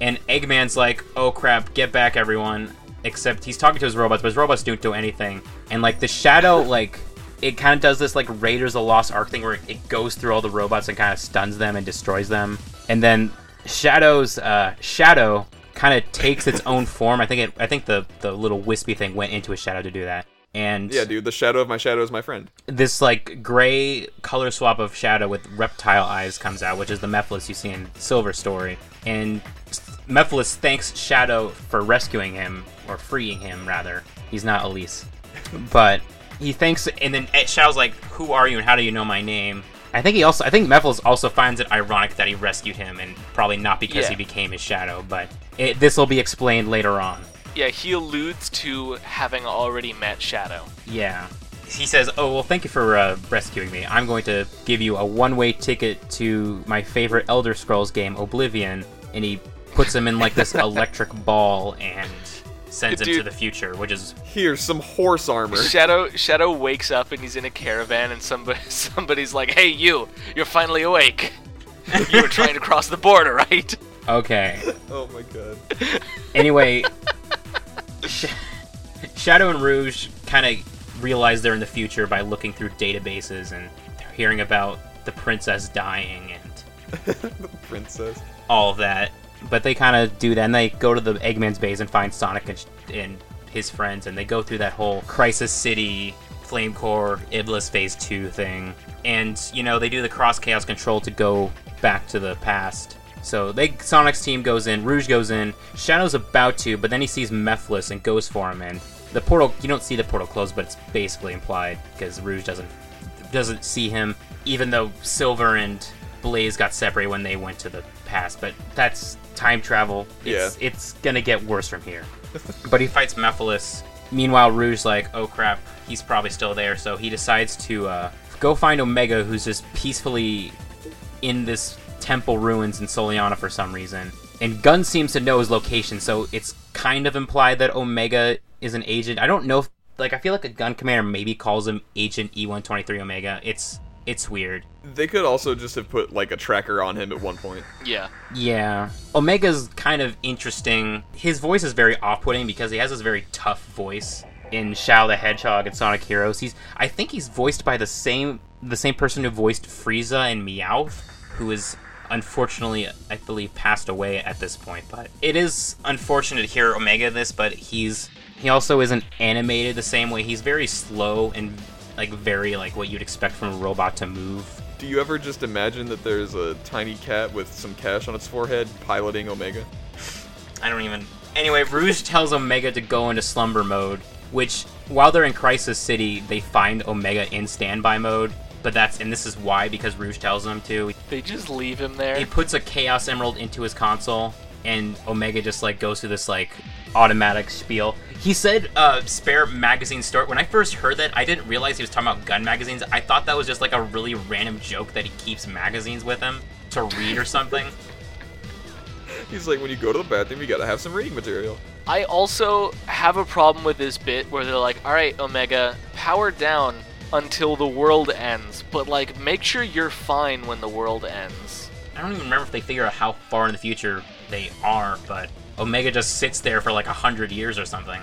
A: and Eggman's like, "Oh crap, get back, everyone!" Except he's talking to his robots, but his robots don't do anything. And like the shadow, like it kind of does this like Raiders of the Lost Ark thing, where it, it goes through all the robots and kind of stuns them and destroys them. And then Shadow's uh, shadow kind of takes its own form. I think it. I think the the little wispy thing went into a shadow to do that. And
C: Yeah, dude, the shadow of my shadow is my friend.
A: this like gray color swap of shadow with reptile eyes comes out, which is the Mephiles you see in Silver Story. And Mephiles thanks Shadow for rescuing him or freeing him rather. He's not Elise, but he thanks. And then Ed- Shadow's like, "Who are you? And how do you know my name?" I think he also. I think Mephiles also finds it ironic that he rescued him, and probably not because
B: Yeah.
A: he became his shadow. But it, this will be explained later on.
B: Yeah, he alludes to having already met Shadow.
A: Yeah. He says, "Oh well, thank you for uh, rescuing me. I'm going to give you a one-way ticket to my favorite Elder Scrolls game, Oblivion." And he puts him in like this electric ball and sends him to
B: Dude.
A: the future, which is
C: Here's some horse armor.
B: Shadow Shadow wakes up and he's in a caravan and somebody somebody's like, "Hey you, you're finally awake. You were trying to cross the border, right?"
A: okay.
C: oh my god.
A: Anyway, Sh- Shadow and Rouge kind of realize they're in the future by looking through databases and they're hearing about the princess dying and
C: Princess.
A: all of that. But they kind of do that, and they go to the Eggman's base and find Sonic and, and his friends, and they go through that whole Crisis City, Flame Core, Iblis Phase 2 thing. And, you know, they do the cross chaos control to go back to the past. So they Sonic's team goes in, Rouge goes in, Shadow's about to, but then he sees Mephiles and goes for him. And the portal, you don't see the portal close, but it's basically implied because Rouge doesn't doesn't see him, even though Silver and Blaze got separated when they went to the past. But that's time travel. It's, it's gonna get worse from here. but he fights Mephiles. Meanwhile, Rouge like, oh crap, he's probably still there. So he decides to uh, go find Omega, who's just peacefully in this temple ruins in Soliana for some reason. And Gun seems to know his location, so it's kind of implied that Omega is an agent. I don't know if like I feel like a gun commander maybe calls him Agent E E123 Omega. It's it's weird.
C: They could also just have put like a tracker on him at one point.
B: Yeah.
A: Yeah. Omega's kind of interesting. His voice is very off-putting because he has this very tough voice in Shao the Hedgehog and Sonic Heroes. He's I think he's voiced by the same the same person who voiced Frieza and Meowth, who is unfortunately I believe passed away at this point. But it is unfortunate to hear Omega in this, but he's he also isn't animated the same way. He's very slow and like very like what you'd expect from a robot to move.
C: Do you ever just imagine that there's a tiny cat with some cash on its forehead piloting Omega?
A: I don't even. Anyway, Rouge tells Omega to go into slumber mode, which while they're in Crisis City, they find Omega in standby mode. But that's and this is why because Rouge tells him to.
B: They just leave him there.
A: He puts a Chaos Emerald into his console, and Omega just like goes through this like automatic spiel. He said uh, spare magazine store. When I first heard that, I didn't realize he was talking about gun magazines. I thought that was just like a really random joke that he keeps magazines with him to read or something.
C: He's like, when you go to the bathroom, you gotta have some reading material.
B: I also have a problem with this bit where they're like, "All right, Omega, power down." until the world ends. But like, make sure you're fine when the world ends.
A: I don't even remember if they figure out how far in the future they are, but Omega just sits there for like a hundred years or something.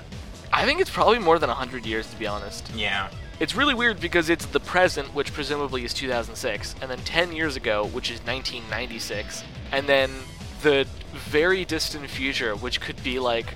B: I think it's probably more than 100 years, to be honest.
A: Yeah.
B: It's really weird because it's the present, which presumably is 2006, and then 10 years ago, which is 1996, and then the very distant future, which could be like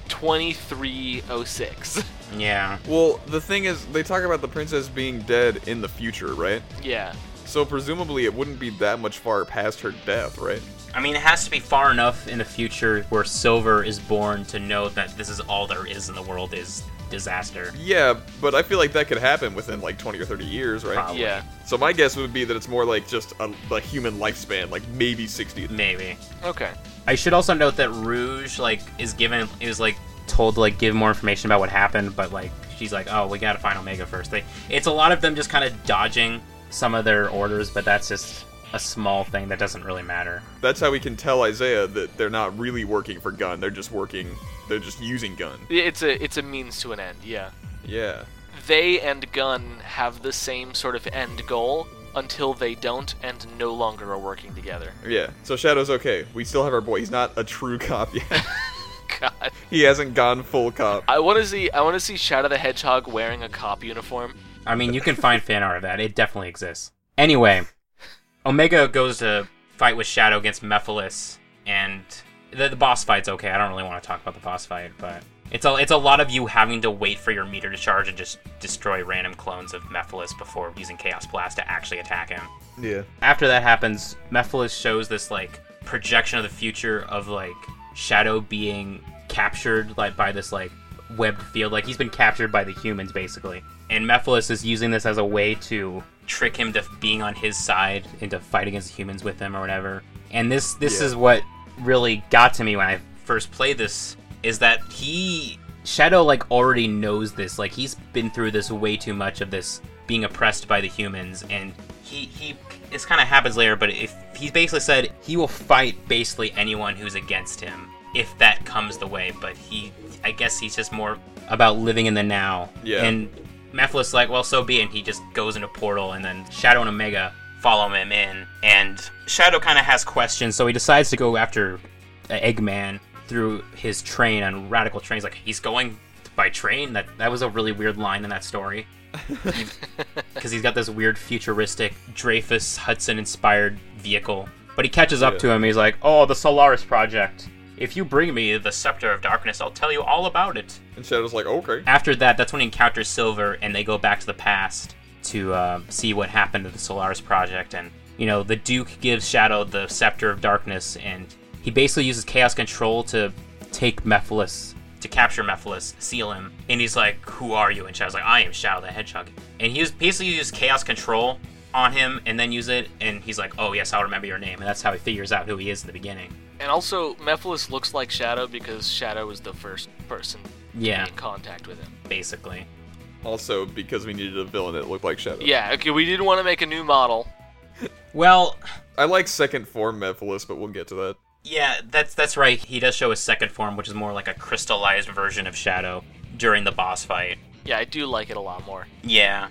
B: 2306.
A: Yeah.
C: Well, the thing is, they talk about the princess being dead in the future, right?
B: yeah.
C: So presumably it wouldn't be that much far past her death, right?
A: I mean, it has to be far enough in the future where Silver is born to know that this is all there is in the world is disaster.
C: Yeah, but I feel like that could happen within like 20 or 30 years, right?
A: Probably.
B: Yeah.
C: So my guess would be that it's more like just a, a human lifespan, like maybe 60.
A: Maybe.
B: Okay.
A: I should also note that Rouge like is given is like told to like give more information about what happened, but like she's like, oh, we gotta find Omega first. They, it's a lot of them just kind of dodging some of their orders, but that's just a small thing that doesn't really matter.
C: That's how we can tell Isaiah that they're not really working for Gun. They're just working. They're just using Gun.
B: It's a it's a means to an end. Yeah.
C: Yeah.
B: They and Gun have the same sort of end goal until they don't and no longer are working together.
C: Yeah. So Shadow's okay. We still have our boy. He's not a true cop yet.
B: God.
C: he hasn't gone full cop.
B: I want to see I want to see Shadow the Hedgehog wearing a cop uniform.
A: I mean, you can find fan art of that. It definitely exists. Anyway, Omega goes to fight with Shadow against Mephiles, and the, the boss fight's okay. I don't really want to talk about the boss fight, but it's a it's a lot of you having to wait for your meter to charge and just destroy random clones of Mephiles before using Chaos Blast to actually attack him.
C: Yeah.
A: After that happens, Mephiles shows this like projection of the future of like Shadow being captured like by this like webbed field. Like he's been captured by the humans basically. And Mephiles is using this as a way to trick him to being on his side and to fight against the humans with him or whatever. And this this
C: Yeah.
A: is what really got to me when I first played this is that he Shadow like already knows this. Like he's been through this way too much of this being oppressed by the humans and he he this kind of happens later, but if he basically said he will fight basically anyone who's against him if that comes the way, but he I guess he's just more about living in the now.
C: Yeah.
A: And Mephiles like, well, so be it. And he just goes in a portal, and then Shadow and Omega follow him in. And Shadow kind of has questions, so he decides to go after uh, Eggman through his train on Radical Trains. Like he's going by train. That that was a really weird line in that story. Because he's got this weird futuristic Dreyfus Hudson inspired vehicle. But he catches up
C: Yeah.
A: to him. He's like, "Oh, the Solaris Project. If you bring me the Scepter of Darkness, I'll tell you all about it."
C: And Shadow's like, okay.
A: after that, that's when he encounters Silver, and they go back to the past to uh, see what happened to the Solaris Project. And you know, the Duke gives Shadow the Scepter of Darkness, and he basically uses Chaos Control to take Mephiles, to capture Mephiles, seal him. And he's like, "Who are you?" And Shadow's like, "I am Shadow the Hedgehog." And he was- basically used Chaos Control on him, and then use it. And he's like, "Oh yes, I'll remember your name." And that's how he figures out who he is in the beginning.
B: And also Mephiles looks like Shadow because Shadow was the first person
A: Yeah,
B: in contact with him.
A: basically.
C: Also, because we needed a villain that looked like Shadow.
B: Yeah, okay, we didn't want to make a new model.
A: Well,
C: I like second form Mephiles, but we'll get to that.
A: Yeah, that's that's right. He does show his second form, which is more like a crystallized version of Shadow during the boss fight.
B: Yeah, I do like it a lot more.
A: Yeah.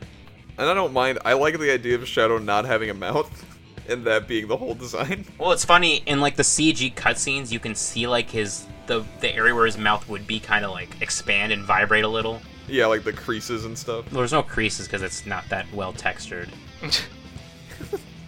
C: And I don't mind. I like the idea of Shadow not having a mouth, and that being the whole design.
A: Well, it's funny in like the CG cutscenes, you can see like his the the area where his mouth would be kind of like expand and vibrate a little.
C: Yeah, like the creases and stuff.
A: Well, there's no creases because it's not that well textured.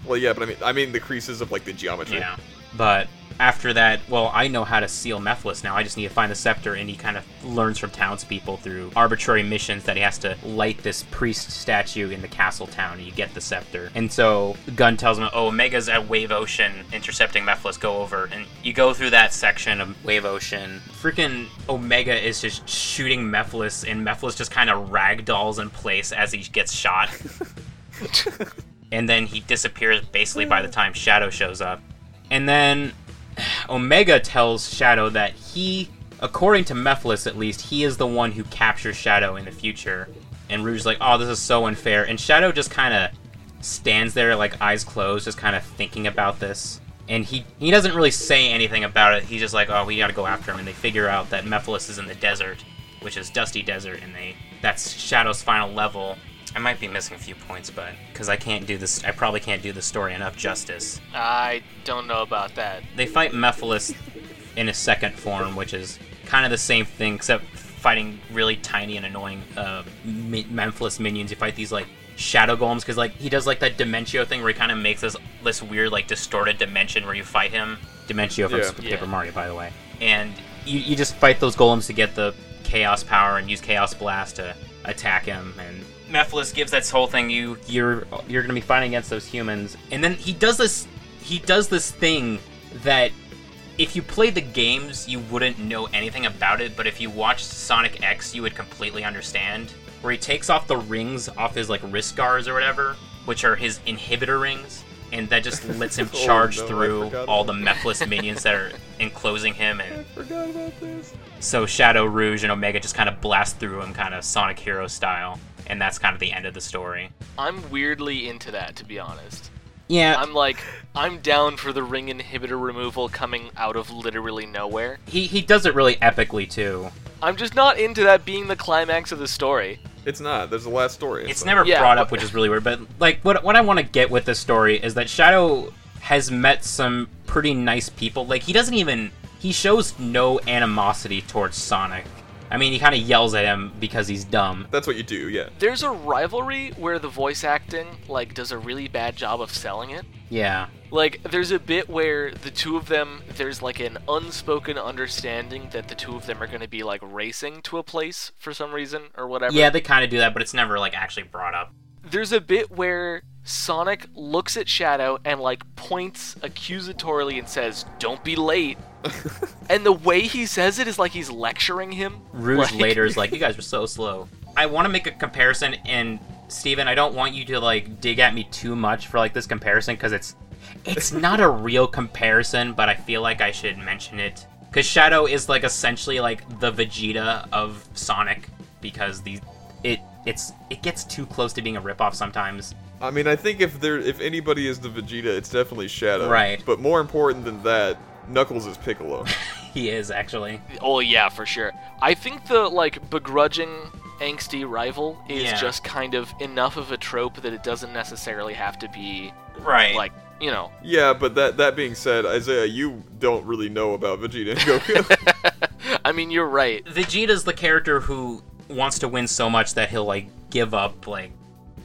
C: Well, yeah, but I mean, I mean the creases of like the geometry.
A: Yeah. But after that, well, I know how to seal Mephiles now. I just need to find the scepter, and he kind of learns from townspeople through arbitrary missions that he has to light this priest statue in the castle town, and you get the scepter. And so Gun tells him, "Oh, Omega's at Wave Ocean, intercepting Mephiles. Go over." And you go through that section of Wave Ocean. Freaking Omega is just shooting Mephiles, and Mephiles just kind of ragdolls in place as he gets shot. and then he disappears basically by the time Shadow shows up. And then Omega tells Shadow that he, according to Mephiles at least, he is the one who captures Shadow in the future. And Rouge's like, oh, this is so unfair. And Shadow just kind of stands there, like eyes closed, just kind of thinking about this. And he, he doesn't really say anything about it. He's just like, oh, we gotta go after him. And they figure out that Mephiles is in the desert, which is Dusty Desert, and they that's Shadow's final level. I might be missing a few points, but because I can't do this, I probably can't do the story enough justice.
B: I don't know about that.
A: They fight Mephiles in his second form, which is kind of the same thing, except fighting really tiny and annoying uh, me- Mephiles minions. You fight these like shadow golems because like he does like that Dementio thing where he kind of makes this this weird like distorted dimension where you fight him. Dementio from
C: Yeah.
A: Super Paper
B: Yeah.
A: Mario, by the way. And you, you just fight those golems to get the chaos power and use chaos blast to attack him and Mephiles gives this whole thing you you're you're gonna be fighting against those humans and then he does this he does this thing that if you played the games you wouldn't know anything about it but if you watched Sonic X you would completely understand where he takes off the rings off his like wrist guards or whatever which are his inhibitor rings and that just lets him
C: Oh,
A: charge
C: no, I
A: through
C: forgot
A: all the
C: about
A: Mephiles minions that are enclosing him and
C: forgot about this.
A: so Shadow Rouge and Omega just kind of blast through him, kind of Sonic Hero style, and that's kind of the end of the story.
B: I'm weirdly into that, to be honest.
A: Yeah,
B: I'm like, I'm down for the ring inhibitor removal coming out of literally nowhere.
A: he he does it really epically too.
B: I'm just not into that being the climax of the story.
C: It's not. There's the last story.
A: It's
C: fine.
A: never
B: Yeah,
A: brought up,
B: but-
A: which is really weird. But like, what what I want to get with this story is that Shadow has met some pretty nice people. Like, he doesn't even he shows no animosity towards Sonic. I mean, he kind of yells at him because he's dumb.
C: That's what you do. Yeah.
B: There's a rivalry where the voice acting like does a really bad job of selling it.
A: Yeah,
B: Like there's a bit where the two of them there's like an unspoken understanding that the two of them are going to be like racing to a place for some reason or whatever.
A: yeah, they kind of do that, but it's never like actually brought up.
B: There's a bit where Sonic looks at Shadow and like points accusatorily and says, "Don't be late." and the way he says it is like he's lecturing him.
A: Rouge
B: Like-
A: later is like, you guys were so slow. I want to make a comparison, and Steven, I don't want you to like dig at me too much for like this comparison because it's it's not a real comparison, but I feel like I should mention it because Shadow is like essentially like the Vegeta of Sonic because the it it's it gets too close to being a ripoff sometimes.
C: I mean, I think if there, if anybody is the Vegeta, it's definitely Shadow.
A: Right.
C: But more important than that, Knuckles is Piccolo.
A: He is actually
B: Oh yeah, for sure. I think the like begrudging angsty rival is
A: Yeah.
B: just kind of enough of a trope that it doesn't necessarily have to be
A: right.
B: like, you know.
C: yeah, but that that being said, Isaiah, you don't really know about Vegeta and Goku.
B: I mean, you're right.
A: Vegeta's the character who wants to win so much that he'll like give up like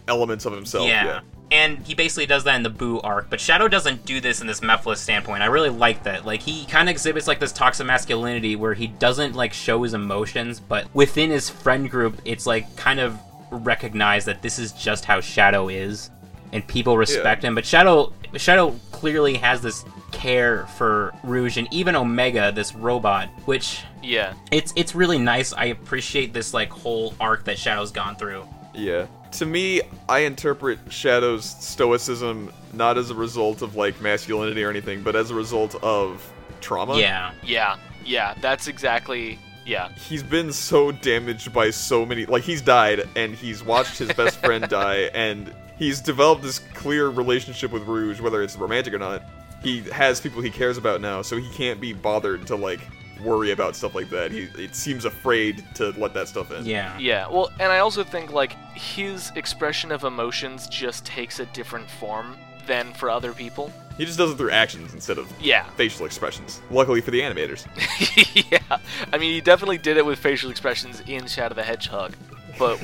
C: Elements of himself. Yeah.
A: And he basically does that in the Boo arc, but Shadow doesn't do this in this Mephiles standpoint. I really like that. Like he kind of exhibits like this toxic masculinity where he doesn't like show his emotions, but within his friend group, it's like kind of recognized that this is just how Shadow is, and people respect him. But Shadow, Shadow clearly has this care for Rouge and even Omega, this robot, which
B: Yeah.
A: it's it's really nice. I appreciate this like whole arc that Shadow's gone through.
C: Yeah. To me, I interpret Shadow's stoicism not as a result of like masculinity or anything, but as a result of trauma.
A: Yeah.
B: Yeah. Yeah, that's exactly yeah.
C: He's been so damaged by so many like he's died and he's watched his best friend die and he's developed this clear relationship with Rouge, whether it's romantic or not. He has people he cares about now, so he can't be bothered to like worry about stuff like that. He it seems afraid to let that stuff in.
A: Yeah.
B: Yeah. Well, and I also think like his expression of emotions just takes a different form than for other people.
C: He just does it through actions instead of
B: Yeah.
C: facial expressions. Luckily for the animators.
B: yeah. I mean, he definitely did it with facial expressions in Shadow the Hedgehog. But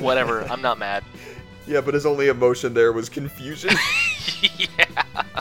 B: whatever, I'm not mad.
C: Yeah, but his only emotion there was confusion.
B: yeah.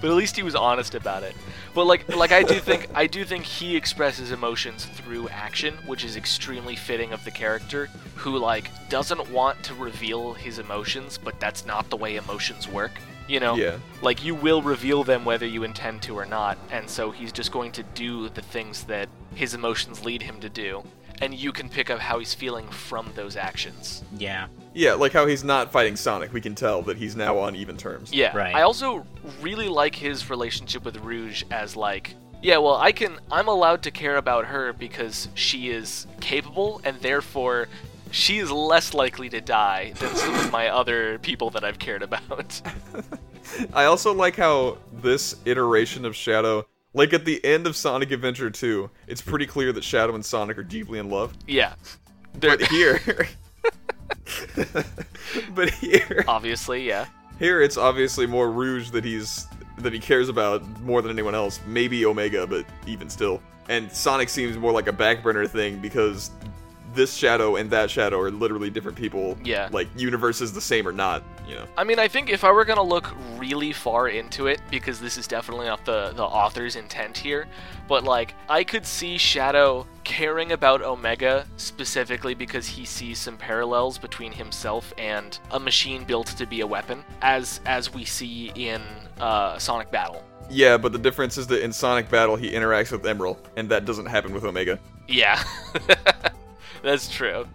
B: But at least he was honest about it. But like like I do think I do think he expresses emotions through action, which is extremely fitting of the character who like doesn't want to reveal his emotions, but that's not the way emotions work, you know?
C: Yeah.
B: Like you will reveal them whether you intend to or not, and so he's just going to do the things that his emotions lead him to do, and you can pick up how he's feeling from those actions.
A: Yeah.
C: yeah, like how he's not fighting Sonic. We can tell that he's now on even terms.
B: Yeah.
A: Right.
B: I also really like his relationship with Rouge as like, yeah, well, I can I'm allowed to care about her because she is capable and therefore she is less likely to die than some of my other people that I've cared about.
C: I also like how this iteration of Shadow, like at the end of Sonic Adventure 2, it's pretty clear that Shadow and Sonic are deeply in love.
B: yeah. They're,
C: But here, but here,
B: Obviously, yeah.
C: here it's obviously more Rouge that he's that he cares about more than anyone else. Maybe Omega, but even still. And Sonic seems more like a backburner thing because this shadow and that shadow are literally different people.
B: Yeah.
C: Like universe is the same or not, you know.
B: I mean, I think if I were gonna look really far into it, because this is definitely not the the author's intent here, but like I could see Shadow caring about Omega specifically because he sees some parallels between himself and a machine built to be a weapon, as as we see in uh, Sonic Battle.
C: Yeah, but the difference is that in Sonic Battle he interacts with Emerald, and that doesn't happen with Omega.
B: Yeah, that's true.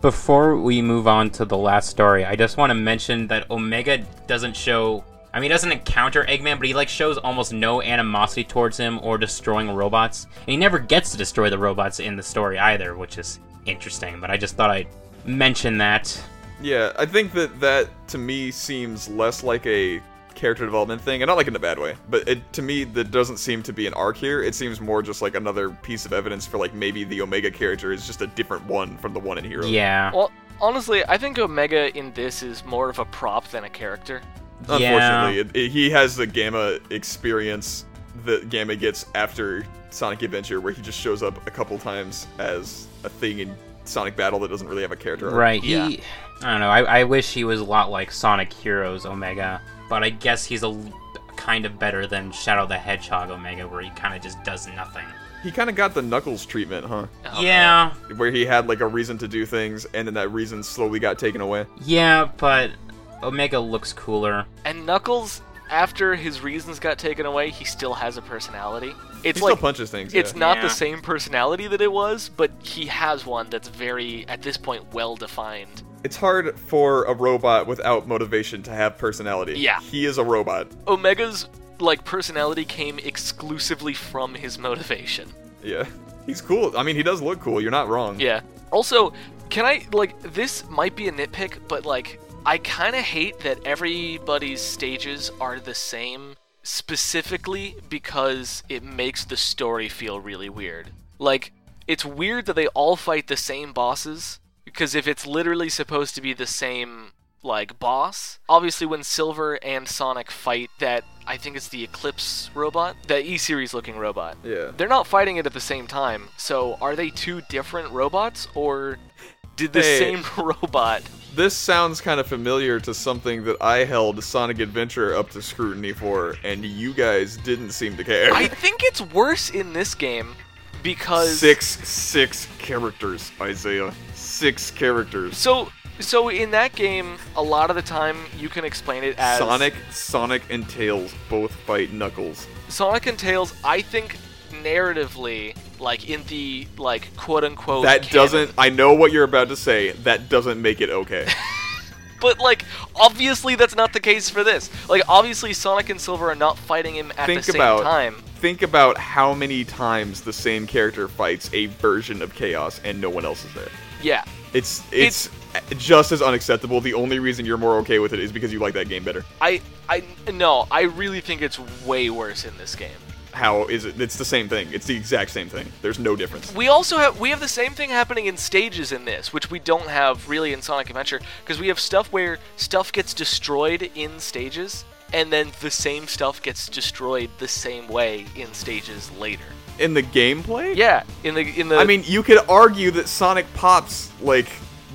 A: Before we move on to the last story, I just want to mention that Omega doesn't show. I mean, he doesn't encounter Eggman, but he like shows almost no animosity towards him or destroying robots, and he never gets to destroy the robots in the story either, which is interesting. But I just thought I'd mention that.
C: Yeah, I think that that to me seems less like a character development thing, and not like in a bad way, but it to me that doesn't seem to be an arc here. It seems more just like another piece of evidence for like maybe the Omega character is just a different one from the one in Hero.
A: Yeah,
B: Well, honestly, I think Omega in this is more of a prop than a character.
C: Unfortunately, it, it- he has the Gamma experience that Gamma gets after Sonic Adventure, where he just shows up a couple times as a thing in Sonic Battle that doesn't really have a character. arc.
A: Right.
B: Yeah.
A: He, I don't know. I, I wish he was a lot like Sonic Heroes Omega, but I guess he's a l- kind of better than Shadow the Hedgehog Omega, where he kind of just does nothing.
C: He kind of got the Knuckles treatment, huh?
B: Oh,
A: yeah,
C: where he had like a reason to do things and then that reason slowly got taken away.
A: yeah, but Omega looks cooler.
B: And Knuckles, after his reasons got taken away, he still has a personality. It's
C: he
B: like
C: still punches things.
B: it's
C: yeah.
B: not
A: Yeah.
B: the same personality that it was, but he has one that's very at this point well defined.
C: it's hard for a robot without motivation to have personality.
B: Yeah.
C: He is a robot.
B: Omega's like personality came exclusively from his motivation.
C: Yeah. He's cool. I mean, he does look cool. You're not wrong.
B: Yeah. Also, can I like this might be a nitpick, but like I kind of hate that everybody's stages are the same specifically because it makes the story feel really weird. Like it's weird that they all fight the same bosses because if it's literally supposed to be the same like boss, obviously when Silver and Sonic fight that I think it's the Eclipse robot, that E series looking robot.
C: Yeah.
B: They're not fighting it at the same time, so are they two different robots, or did the
C: Hey.
B: same robot?
C: This sounds kind of familiar to something that I held Sonic Adventure up to scrutiny for, and you guys didn't seem to care.
B: I think it's worse in this game because
C: six, six characters, Isaiah. Six characters.
B: So, so in that game, a lot of the time you can explain it as
C: Sonic, Sonic, and Tails both fight Knuckles.
B: Sonic and Tails. I think narratively, like in the like quote unquote
C: that
B: canon-
C: doesn't i know what you're about to say that doesn't make it okay
B: But like, obviously that's not the case for this. Like, obviously Sonic and Silver are not fighting him at
C: think
B: the same
C: about
B: time.
C: think about how many times the same character fights a version of chaos and no one else is there
B: Yeah.
C: it's it's, just as unacceptable the only reason you're more okay with it is because you like that game better
B: I I no, I really think it's way worse in this game.
C: how is it it's the same thing it's the exact same thing there's no difference
B: We also have we have the same thing happening in stages in this, which we don't have really in Sonic Adventure because we have stuff where stuff gets destroyed in stages and then the same stuff gets destroyed the same way in stages later.
C: in the gameplay
B: Yeah, in the in the
C: i mean you could argue that sonic pops like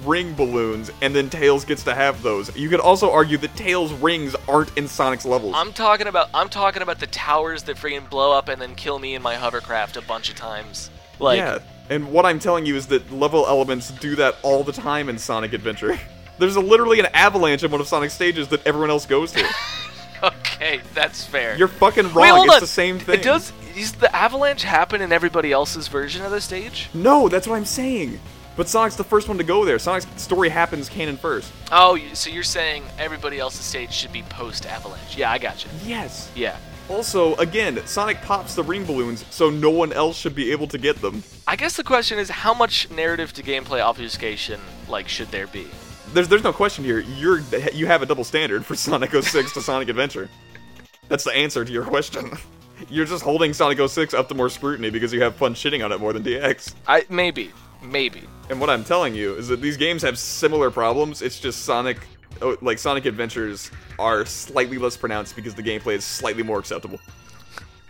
C: ring balloons and then tails gets to have those you could also argue that tails rings aren't in sonic's levels
B: I'm talking about I'm talking about the towers that freaking blow up and then kill me in my hovercraft a bunch of times. Like
C: yeah, and what I'm telling you is that level elements do that all the time in Sonic Adventure. There's a, literally an avalanche in one of Sonic's stages that everyone else goes to.
B: okay, that's fair.
C: You're fucking wrong.
B: Wait, hold
C: it's
B: on.
C: the same thing.
B: It does. Does the avalanche happen in everybody else's version of the stage?
C: No, that's what I'm saying. But Sonic's the first one to go there. Sonic's story happens canon first.
B: Oh, you- so you're saying everybody else's stage should be post avalanche? Yeah, I got you.
C: Yes.
B: Yeah,
C: Also, again, Sonic pops the ring balloons, so no one else should be able to get them.
B: I guess the question is how much narrative to gameplay obfuscation like should there be?
C: There's, there's no question here. You're, you have a double standard for Sonic 06 to Sonic Adventure. That's the answer to your question. You're just holding Sonic 06 up to more scrutiny because you have fun shitting on it more than DX.
B: I maybe, Maybe.
C: And what I'm telling you is that these games have similar problems. It's just Sonic, oh, like Sonic Adventures, are slightly less pronounced because the gameplay is slightly more acceptable.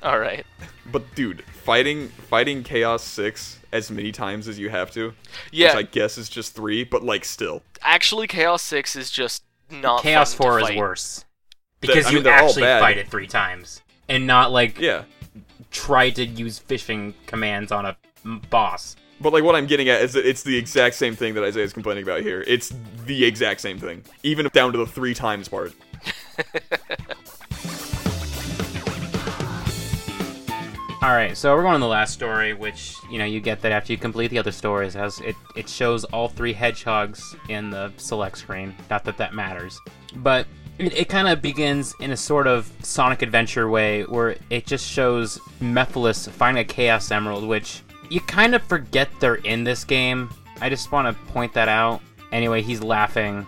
B: All right.
C: But dude, fighting fighting Chaos Six as many times as you have to,
B: Yeah.
C: which I guess is just three, but like still,
B: Actually, Chaos Six is just not.
A: Chaos
B: fun to
A: Four is
B: fight.
A: worse
C: They-
A: because
C: I
A: you
C: mean, they're all
A: actually
C: bad.
A: fight it three times and not like
C: yeah.
A: try to use fishing commands on a m- boss.
C: But like what I'm getting at is that it's the exact same thing that Isaiah's complaining about here. It's the exact same thing, even down to the three times part.
A: All right, so we're going to the last story, which you know you get that after you complete the other stories. It Has it it shows all three hedgehogs in the select screen. Not that that matters, but it, it kind of begins in a sort of Sonic Adventure way, where it just shows Mephiles finding a Chaos Emerald, which you kind of forget they're in this game. I just want to point that out. Anyway, he's laughing,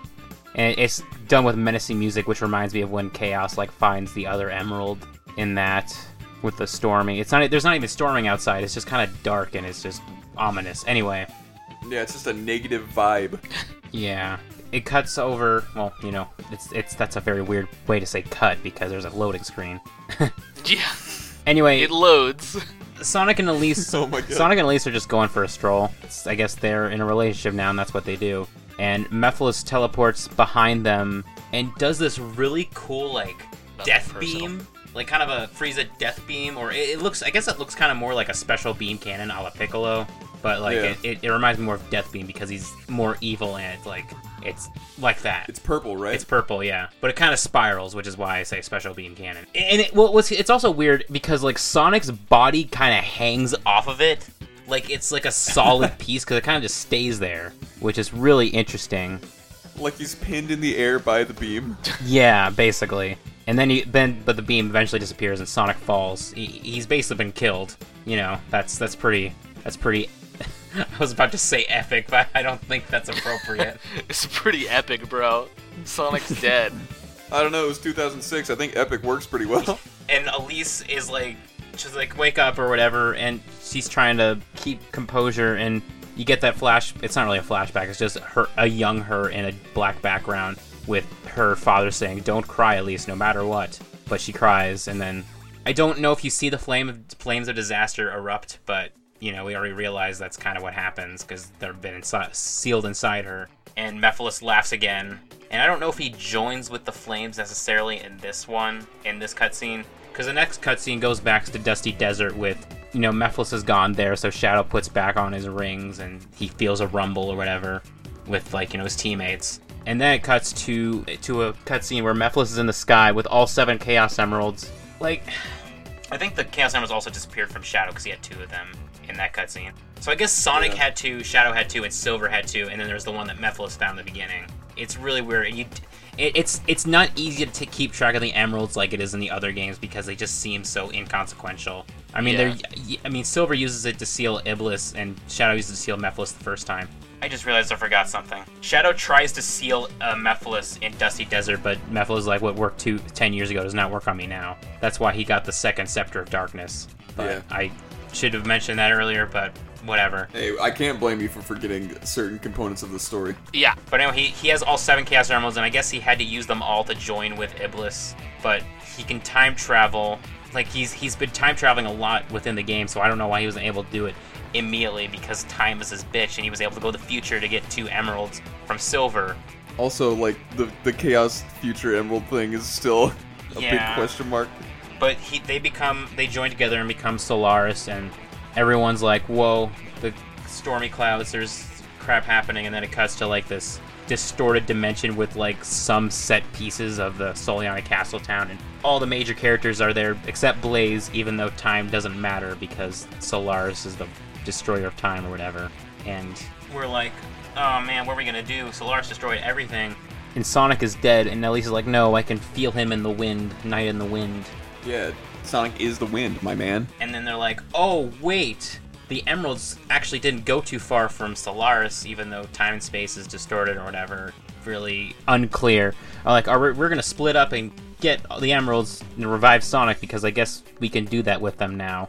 A: and it's done with menacing music, which reminds me of when Chaos like finds the other Emerald in that with the storming. It's not e, there's not even storming outside. It's just kind of dark and it's just ominous. Anyway,
C: Yeah, it's just a negative vibe.
A: yeah. It cuts over, well, you know, it's it's that's a very weird way to say cut because there's a loading screen.
B: Yeah.
A: Anyway,
B: It loads.
A: Sonic and Elise
C: Oh my God.
A: Sonic and Elise are just going for a stroll. It's- I guess they're in a relationship now and that's what they do. And Mephiles teleports behind them and does this really cool like
B: Nothing
A: death
B: personal.
A: beam. Like kind of a Frieza death beam or it, it looks I guess it looks kind of more like a special beam cannon a la Piccolo. But like
C: Yeah.
A: it, it, it reminds me more of Death Beam because he's more evil and it's like it's like that.
C: purple, right?
A: It's purple, yeah, but it kind of spirals, which is why I say special beam cannon. And it, well, what's, it's also weird because like Sonic's body kind of hangs off of it, like it's like a solid piece because it kind of just stays there, which is really interesting.
C: like he's pinned in the air by the beam.
A: Yeah, basically. And then you then but the beam eventually disappears and Sonic falls. He, he's basically been killed. You know, that's that's pretty that's pretty. I was about to say epic, but I don't think that's appropriate.
B: It's pretty epic, bro. Sonic's dead.
C: I don't know. It was 2006. I think Epic works pretty well.
A: and Elise is like, she's like, wake up or whatever, and she's trying to keep composure. And you get that flash. It's not really a flashback. It's just her, a young her in a black background with her father saying, "Don't cry, Elise, no matter what." But she cries, and then I don't know if you see the flame of, flames of disaster erupt, but you know we already realize that's kind of what happens because they've been inside, sealed inside her. And Mephiles laughs again, and I don't know if he joins with the flames necessarily in this one, in this cutscene, because the next cutscene goes back to Dusty Desert with, you know, Mephiles is gone there, so Shadow puts back on his rings and he feels a rumble or whatever with like you know his teammates. And then it cuts to to a cutscene where Mephiles is in the sky with all seven Chaos Emeralds. Like, I think the Chaos Emeralds also disappeared from Shadow because he had two of them in that cutscene. So I guess Sonic
C: Yeah.
A: had two, Shadow had two, and Silver had two, and then there's the one that Mephiles found in the beginning. It's really weird. and You, it, it's it's not easy to t- keep track of the emeralds like it is in the other games because they just seem so inconsequential. I mean,
B: Yeah.
A: they're y- I mean, Silver uses it to seal Iblis, and Shadow uses it to seal Mephiles the first time. I just realized I forgot something. Shadow tries to seal uh, Mephiles in Dusty Desert, but Mephiles is like, what worked two, 10 years ago does not work on me now. That's why he got the second Scepter of Darkness. But
C: Yeah.
A: I should have mentioned that earlier, but whatever.
C: Hey, I can't blame you for forgetting certain components of the story.
B: Yeah.
A: But anyway, he, he has all seven Chaos Emeralds, and I guess he had to use them all to join with Iblis. But he can time travel. Like he's he's been time traveling a lot within the game, so I don't know why he wasn't able to do it immediately because time is his bitch, and he was able to go to the future to get two emeralds from Silver.
C: Also, like the the Chaos Future Emerald thing is still a
A: Yeah.
C: big question mark.
A: But he they become they join together and become Solaris, and everyone's like, "Whoa!" The stormy clouds. There's crap happening, and then it cuts to like this distorted dimension with like some set pieces of the Soliana Castle town, and all the major characters are there except Blaze, even though time doesn't matter because Solaris is the destroyer of time or whatever. And we're like, "Oh man, what are we gonna do?" Solaris destroyed everything. And Sonic is dead, and Elise is like, "No, I can feel him in the wind, night in the wind."
C: Yeah, Sonic is the wind, my man.
A: and then they're like, "Oh wait, the emeralds actually didn't go too far from Solaris, even though time and space is distorted or whatever." Really unclear. Uh, Like, are we, we're gonna split up and get the emeralds and revive Sonic because I guess we can do that with them now.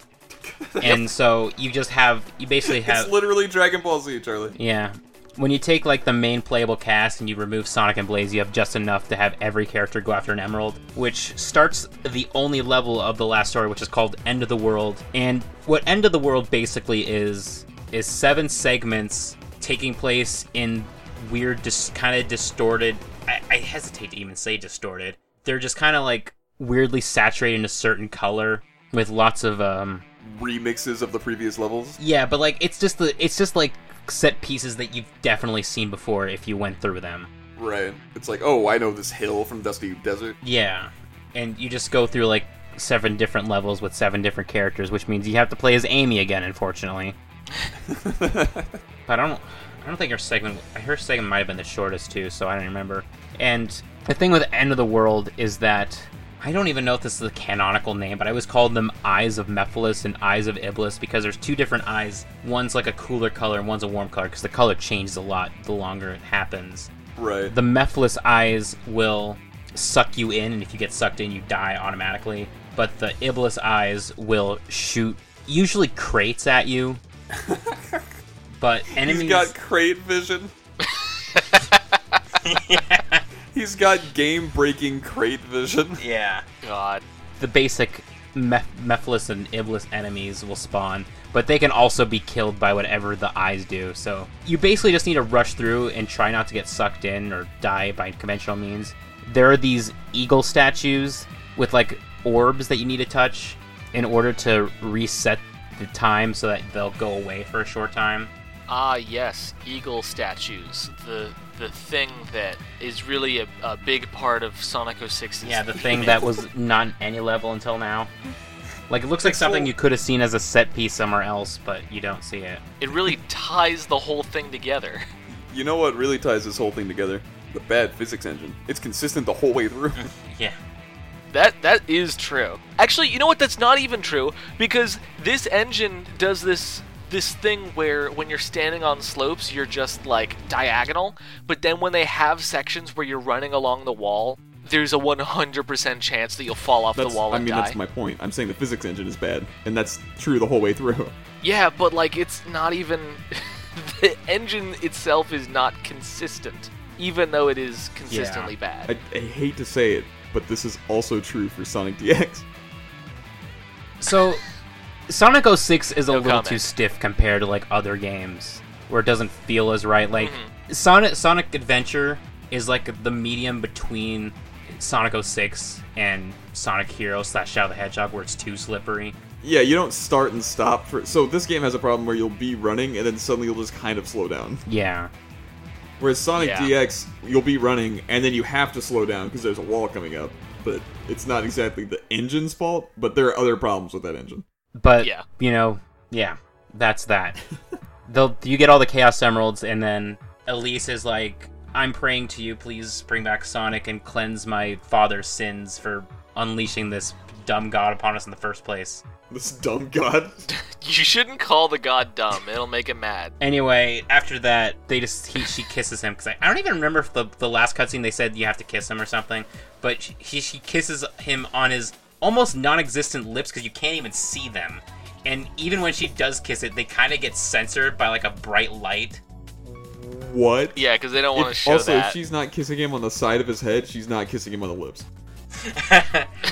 A: and so you just have you basically have
C: It's literally Dragon Ball Z, Charlie.
A: yeah. When you take like the main playable cast and you remove Sonic and Blaze, you have just enough to have every character go after an emerald, which starts the only level of the last story, which is called End of the World. And what End of the World basically is is seven segments taking place in weird, dis- kind of distorted. I-, I hesitate to even say distorted. They're just kind of like weirdly saturated in a certain color with lots of um
C: Remixes of the previous levels.
A: yeah, but like it's just the it's just like set pieces that you've definitely seen before if you went through them.
C: Right. It's like, oh, I know this hill from Dusty Desert.
A: Yeah. And you just go through like seven different levels with seven different characters, which means you have to play as Amy again, unfortunately. but I don't I don't think her segment her segment might have been the shortest too, so I don't remember. And the thing with End of the World is that I don't even know if this is the canonical name, but I always called them Eyes of Mephiles and Eyes of Iblis because there's two different eyes. One's like a cooler color and one's a warm color because the color changes a lot the longer it happens
C: Right.
A: the Mephiles eyes will suck you in, and if you get sucked in, you die automatically. But the Iblis eyes will shoot usually crates at you. but enemies.
C: He's got crate vision. He's got game breaking crate vision.
A: yeah.
B: God.
A: The basic Meph- Mephiles and Iblis enemies will spawn, but they can also be killed by whatever the eyes do. So you basically just need to rush through and try not to get sucked in or die by conventional means. There are these eagle statues with like orbs that you need to touch in order to reset the time so that they'll go away for a short time.
B: Ah, yes, eagle statues. The the thing that is really a, a big part of Sonic 06's
A: Yeah, the thing that was not in any level until now. Like it looks like something you could have seen as a set piece somewhere else, but you don't see it.
B: It really ties the whole thing together.
C: You know what really ties this whole thing together? The bad physics engine. It's consistent the whole way through.
A: Yeah.
B: That that is true. Actually, you know what? That's not even true because this engine does this this thing where when you're standing on slopes, you're just like diagonal, but then when they have sections where you're running along the wall, there's a 100% chance that you'll fall off
C: That's,
B: the wall
C: I
B: and
C: mean,
B: die.
C: that's my point. I'm saying the physics engine is bad, and that's true the whole way through.
B: Yeah, but like it's not even the engine itself is not consistent, even though it is consistently bad.
C: I, I hate to say it, but this is also true for Sonic DX.
A: So, Sonic 06 is a
B: No
A: little
B: comment.
A: too stiff compared to like other games where it doesn't feel as right. Like
B: Mm-hmm.
A: Sonic Sonic Adventure is like the medium between Sonic 06 and Sonic Hero slash Shadow the Hedgehog, where it's too slippery.
C: Yeah, you don't start and stop for. So this game has a problem where you'll be running and then suddenly you'll just kind of slow down.
A: Yeah,
C: Whereas Sonic
B: Yeah.
C: DX, you'll be running and then you have to slow down because there's a wall coming up. But it's not exactly the engine's fault, but there are other problems with that engine.
A: but
B: Yeah.
A: you know, yeah, that's that. They'll you get all the Chaos Emeralds, and then Elise is like, "I'm praying to you, please bring back Sonic and cleanse my father's sins for unleashing this dumb god upon us in the first place."
C: This dumb god.
B: You shouldn't call the god dumb; it'll make him mad.
A: Anyway, after that, they just he, she kisses him because I, I don't even remember if the the last cutscene they said you have to kiss him or something, but she she, she kisses him on his almost non-existent lips because you can't even see them, and even when she does kiss it, they kind of get censored by like a bright light.
C: What?
B: Yeah, because they don't want to
C: If-
B: show
C: also,
B: that.
C: if she's not kissing him on the side of his head, she's not kissing him on the lips.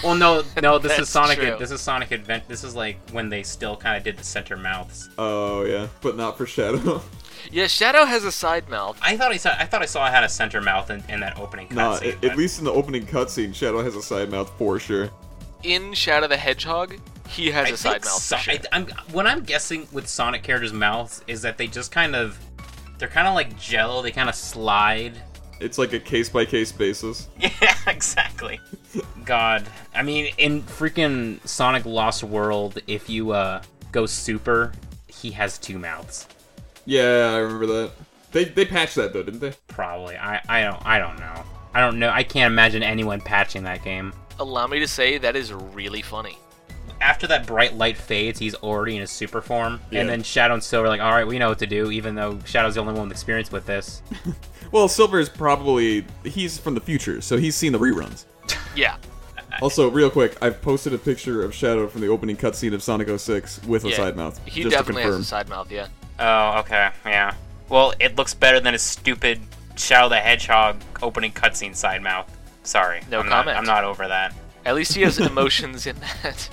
A: Well, no, no, this is
B: That's
A: Sonic.
B: true.
A: This is Sonic Advent. This is like when they still kind of did the center mouths.
C: Oh yeah, but not for Shadow.
B: Yeah, Shadow has a side mouth.
A: I thought I saw. I thought I saw I had a center mouth in, in that opening cutscene.
C: nah, at,
A: but-
C: at least in the opening cutscene, Shadow has a side mouth for sure.
B: In Shadow the Hedgehog, he has a side mouth.
A: So-
B: for sure.
A: I, am what I'm guessing with Sonic characters' mouths is that they just kind of, they're kind of like jello. They kind of slide.
C: It's like a case by case basis.
A: Yeah, exactly. God, I mean, in freaking Sonic Lost World, if you uh go super, he has two mouths.
C: Yeah, I remember that. They they patched that though, didn't they?
A: Probably. I I don't I don't know. I don't know. I can't imagine anyone patching that game.
B: Allow me to say that is really funny.
A: After that bright light fades, he's already in his super form,
C: Yeah.
A: and then Shadow and Silver are like, all right, we know what to do. Even though Shadow's the only one with experience with this.
C: Well, Silver is probably he's from the future, so he's seen the reruns.
B: Yeah,
A: that.
C: Also, real quick, I've posted a picture of Shadow from the opening cutscene of Sonic 06 with a
B: Yeah.
C: side mouth.
B: He
C: just
B: definitely
C: to
B: has
C: confirm.
B: a side mouth. Yeah.
A: Oh, okay, yeah. Well, it looks better than his stupid Shadow the Hedgehog opening cutscene side mouth. Sorry,
B: No
A: I'm not-
B: comment.
A: I'm not over that.
B: At least he has emotions in that.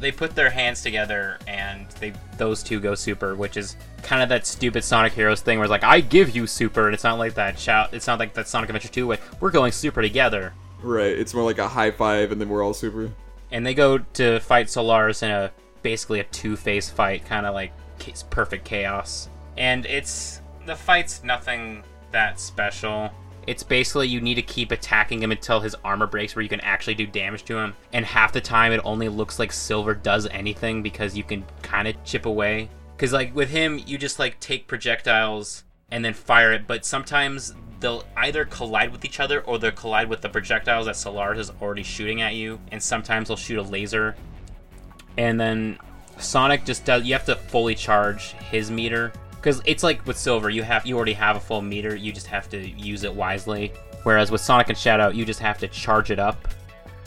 A: They put their hands together and they those two go super, which is kind of that stupid Sonic Heroes thing where it's like I give you super, and it's not like that shout. It's not like that Sonic Adventure Two way. We're going super together.
C: Right, it's more like a high five, and then we're all super.
A: and they go to fight Solaris in a basically a two-face fight, kind of like ca- perfect chaos. And it's the fight's nothing that special. It's basically you need to keep attacking him until his armor breaks, where you can actually do damage to him. And half the time, it only looks like Silver does anything because you can kind of chip away. Because like with him, you just like take projectiles and then fire it, but sometimes they'll either collide with each other or they'll collide with the projectiles that Solaris is already shooting at you, and sometimes they'll shoot a laser. And then Sonic just does you have to fully charge his meter. Because it's like with Silver, you have you already have a full meter, you just have to use it wisely. Whereas with Sonic and Shadow, you just have to charge it up.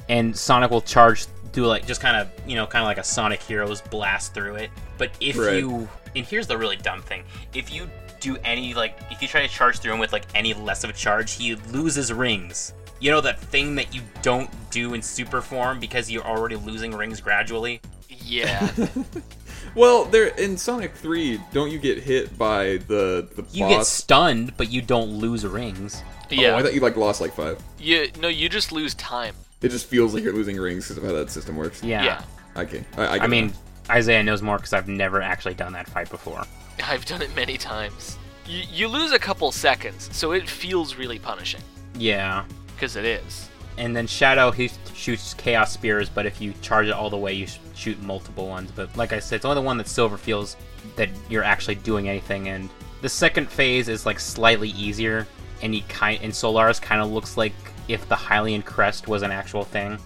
A: And Sonic will charge do like just kind of you know kind of like a Sonic Heroes blast through it. But if
C: Right.
A: you and here's the really dumb thing. If you do any like if you try to charge through him with like any less of a charge, he loses rings. You know that thing that you don't do in super form because you're already losing rings gradually?
B: Yeah.
C: Oh, Well, there in Sonic 3, don't you get hit by the the
A: You get
C: boss?
A: stunned, but you don't lose rings.
C: Oh, I
B: Yeah.
C: thought you like lost like five.
B: You no, you just lose time.
C: It just feels like you're losing rings because of how that system works.
A: Yeah.
B: Yeah.
C: Okay. I, I, get
A: I mean,
C: that.
A: Isaiah knows more because I've never actually done that fight before.
B: I've done it many times. You, you lose a couple seconds, so it feels really punishing
A: Yeah.
B: because it is.
A: And then Shadow, he shoots Chaos Spears, but if you charge it all the way, you sh- shoot multiple ones. But like I said, it's only the one that Silver feels that you're actually doing anything. And the second phase is like slightly easier, and he kind and Solaris kind of looks like if the Hylian crest was an actual thing.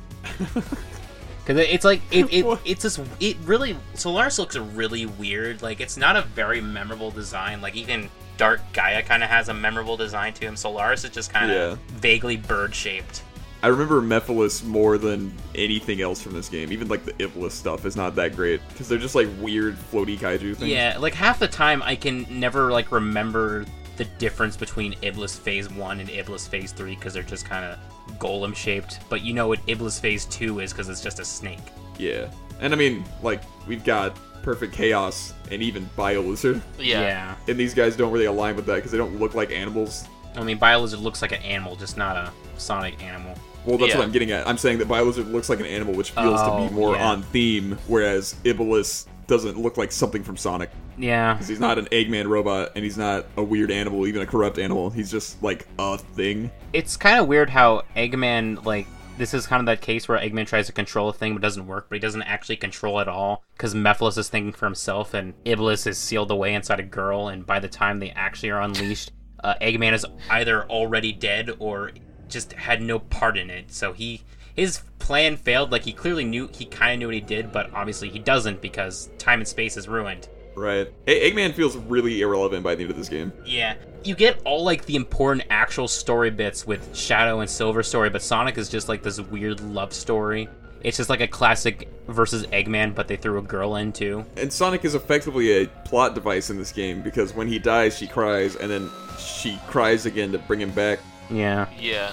A: Because it's like it, it
C: What?
A: it's this it really Solaris looks really weird. Like it's not a very memorable design. Like even Dark Gaia kind of has a memorable design to him. Solaris is just kind
C: Yeah.
A: of vaguely bird shaped.
C: I remember Mephiles more than anything else from this game. Even like the Iblis stuff is not that great because they're just like weird floaty kaiju things.
A: Yeah, like half the time I can never like remember the difference between Iblis Phase One and Iblis Phase Three because they're just kind of golem shaped. But you know what Iblis Phase Two is because it's just a snake.
C: Yeah. And I mean, like we've got Perfect Chaos and even Bio Lizard,
B: Yeah.
C: and these guys don't really align with that because they don't look like animals.
A: I mean Biolizard looks like an animal, just not a sonic animal.
C: Well, that's
B: Yeah.
C: what I'm getting at. I'm saying that Biolizard looks like an animal, which feels
A: Oh,
C: to be more
A: yeah.
C: on theme, whereas Iblis doesn't look like something from Sonic.
A: Yeah,
C: 'Cause He's not an Eggman robot, and he's not a weird animal, even a corrupt animal. He's just like a thing.
A: it's kind of weird how Eggman like. This is kind of that case where Eggman tries to control a thing but doesn't work, but he doesn't actually control it all because Mephiles is thinking for himself and Iblis is sealed away inside a girl. And by the time they actually are unleashed, uh, Eggman is either already dead or just had no part in it. So he his plan failed. Like he clearly knew he kind of knew what he did, but obviously he doesn't because time and space is ruined.
C: Right. E- Eggman feels really irrelevant by the end of this game.
A: Yeah. You get all like the important actual story bits with Shadow and Silver story, but Sonic is just like this weird love story. It's just like a classic versus Eggman, but they threw a girl in too.
C: And Sonic is effectively a plot device in this game because when he dies, she cries, and then she cries again to bring him back.
A: Yeah.
B: Yeah.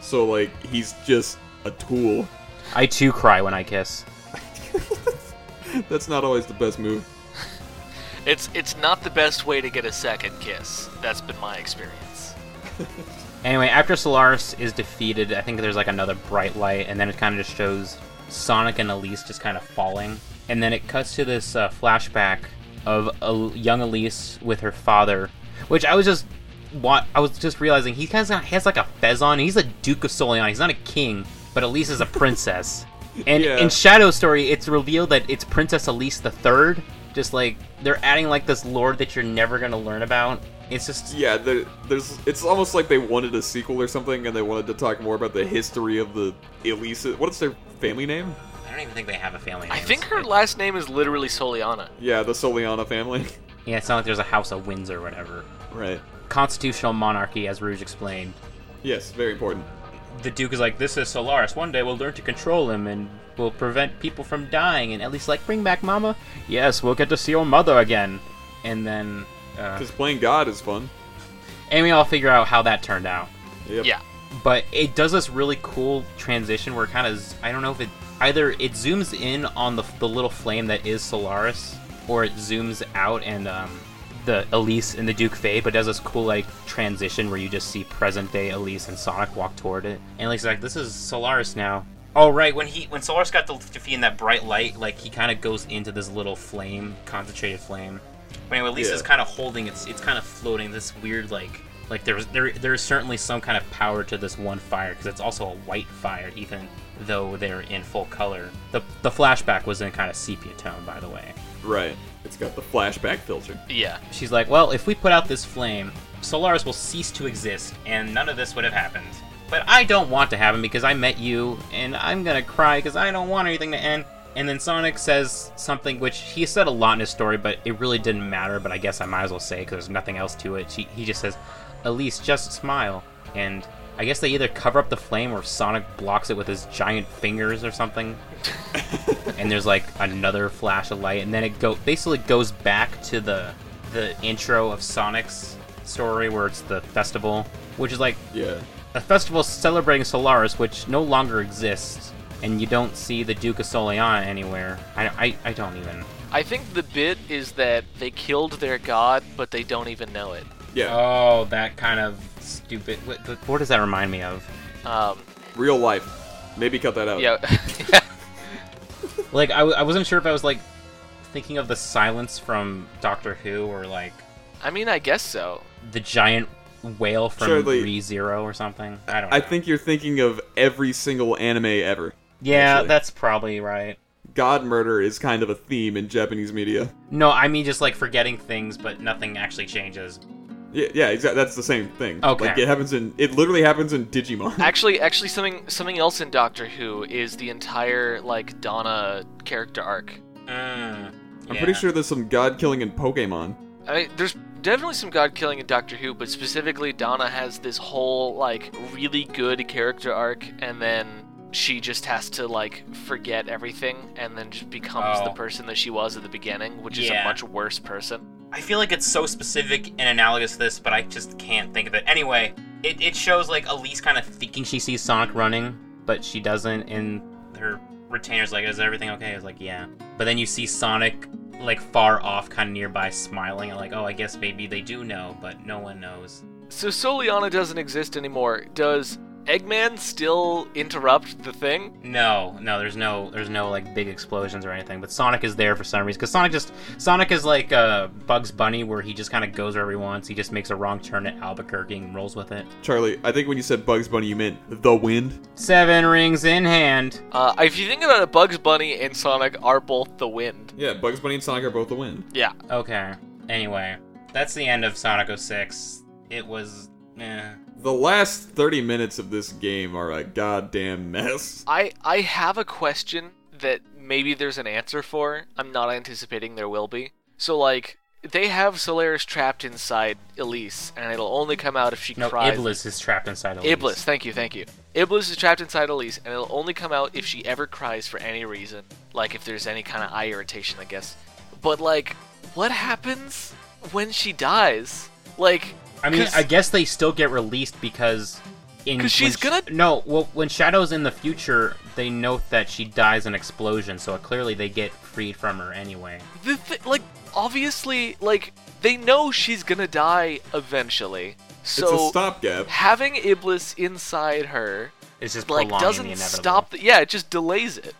C: So, like, he's just a tool.
A: I too cry when I kiss.
C: That's not always the best move.
B: It's it's not the best way to get a second kiss. That's been my experience.
A: Anyway, after Solaris is defeated, I think there's like another bright light, and then it kind of just shows Sonic and Elise just kind of falling. And then it cuts to this uh, flashback of El- young Elise with her father, which I was just wa- I was just realizing he has, a- has like a fez on. He's a Duke of Solion. He's not a king, but Elise is a princess. And
C: Yeah.
A: in Shadow Story, it's revealed that it's Princess Elise the Third. Just like they're adding like this lore that you're never gonna learn about. It's just
C: Yeah, there, there's. It's almost like they wanted a sequel or something, and they wanted to talk more about the history of the Elise. What's their family name?
A: I don't even think they have a family.
B: I
A: names.
B: think her last name is literally Soliana.
C: Yeah, the Soliana family.
A: Yeah, it's not like there's a House of Windsor or whatever.
C: right.
A: Constitutional monarchy, as Rouge explained.
C: Yes, very important.
A: the Duke is like, "This is Solaris. One day we'll learn to control him, and we'll prevent people from dying." And Ellie's like, "Bring back Mama. Yes, we'll get to see your mother again." And then, uh,
D: Because playing God is fun.
A: and we all figure out how that turned out.
D: Yep.
B: Yeah.
A: But it does this really cool transition where kind of I don't know if it either it zooms in on the the little flame that is Solaris, or it zooms out and um, the Elise and the Duke fade. But it does this cool like transition where you just see present day Elise and Sonic walk toward it, and Elise's like, "This is Solaris now." Oh right, when he when Solaris got to defeat in that bright light, like he kind of goes into this little flame, concentrated flame. But anyway, Lisa's
D: Yeah.
A: kind of holding it's it's kind of floating this weird like like there's there there's certainly some kind of power to this one fire because it's also a white fire even though they're in full color. The the flashback was in kind of sepia tone by the way.
D: Right. It's got the flashback filter.
B: Yeah.
A: She's like, "Well, if we put out this flame, Solaris will cease to exist and none of this would have happened." But I don't want to have him because I met you and I'm going to cry because I don't want anything to end. And then Sonic says something which he said a lot in his story, but it really didn't matter. But I guess I might as well say because there's nothing else to it. She, he just says, Elise, just smile. And I guess they either cover up the flame or Sonic blocks it with his giant fingers or something. and there's like another flash of light, and then it go basically goes back to the the intro of Sonic's story where it's the festival, which is like
D: Yeah.
A: a festival celebrating Solaris, which no longer exists, and you don't see the Duke of Soliana anywhere. I, I, I don't even.
B: I think the bit is that they killed their god, but they don't even know it.
D: Yeah.
A: Oh, that kind of stupid. What, what, what does that remind me of?
B: Um,
D: Real life. Maybe cut
C: Oh.
D: that out.
B: yeah.
A: Like, I, w- I wasn't sure if I was like thinking of the silence from Doctor Who or like
B: I mean, I guess so.
A: the giant whale from
D: Surely-
A: Re Zero or something. I don't know.
D: I think you're thinking of every single anime ever.
A: Yeah,
D: actually.
A: that's probably right.
D: God murder is kind of a theme in Japanese media.
A: No, I mean just like forgetting things, but nothing actually changes.
D: Yeah, yeah, exactly. That's the same thing.
A: Okay.
D: Like it happens in it literally happens in Digimon.
B: Actually, actually, something something else in Doctor Who is the entire like Donna character arc.
D: Mm, I'm pretty sure there's some god killing in Pokemon.
B: I mean, there's definitely some god killing in Doctor Who, but specifically Donna has this whole like really good character arc, and then she just has to like forget everything, and then just becomes
A: Oh.
B: the person that she was at the beginning, which is a
A: Yeah.
B: much worse person.
A: I feel like it's so specific and analogous to this, but I just can't think of it. Anyway, it, it shows like Elise kind of thinking she sees Sonic running, but she doesn't, and her retainer's like, Is everything okay? I was like, Yeah. But then you see Sonic like far off, kind of nearby, smiling, and like, Oh, I guess maybe they do know, but no one knows.
B: So Soliana doesn't exist anymore. Does Eggman still interrupt the thing?
A: No, no, there's no, there's no like big explosions or anything. But Sonic is there for some reason because Sonic just, Sonic is like uh, Bugs Bunny, where he just kind of goes wherever he wants. He just makes a wrong turn at Albuquerque and rolls with it.
D: Charlie, I think when you said Bugs Bunny, you meant the wind.
A: Seven rings in hand.
B: Uh, if you think about it, Bugs Bunny and Sonic are both the wind.
D: Yeah, Bugs Bunny and Sonic are both the wind.
B: Yeah.
A: Okay. Anyway, that's the end of Sonic 06. It was, eh.
D: The last 30 minutes of this game are a goddamn mess.
B: I I have a question that maybe there's an answer for. I'm not anticipating there will be. So like they have Solaris trapped inside Elise, and it'll only come out if she
A: No,
B: cries.
A: Iblis is trapped inside. Elise.
B: Iblis, thank you, thank you. Iblis is trapped inside Elise, and it'll only come out if she ever cries for any reason. Like if there's any kind of eye irritation, I guess. But like, what happens when she dies? Like,
A: I mean,
B: 'cause-
A: I guess they still get released because. in-
B: 'Cause she's
A: when
B: gonna-
A: Sh- no, well, when Shadow's in the future, they note that she dies in explosion, so clearly they get freed from her anyway.
B: the th- like obviously like they know she's gonna die eventually
D: it's a
B: so
D: stopgap.
B: having iblis inside her
A: It's just
B: like
A: prolonging the
B: doesn't
A: inevitable.
B: stop the- yeah it just delays it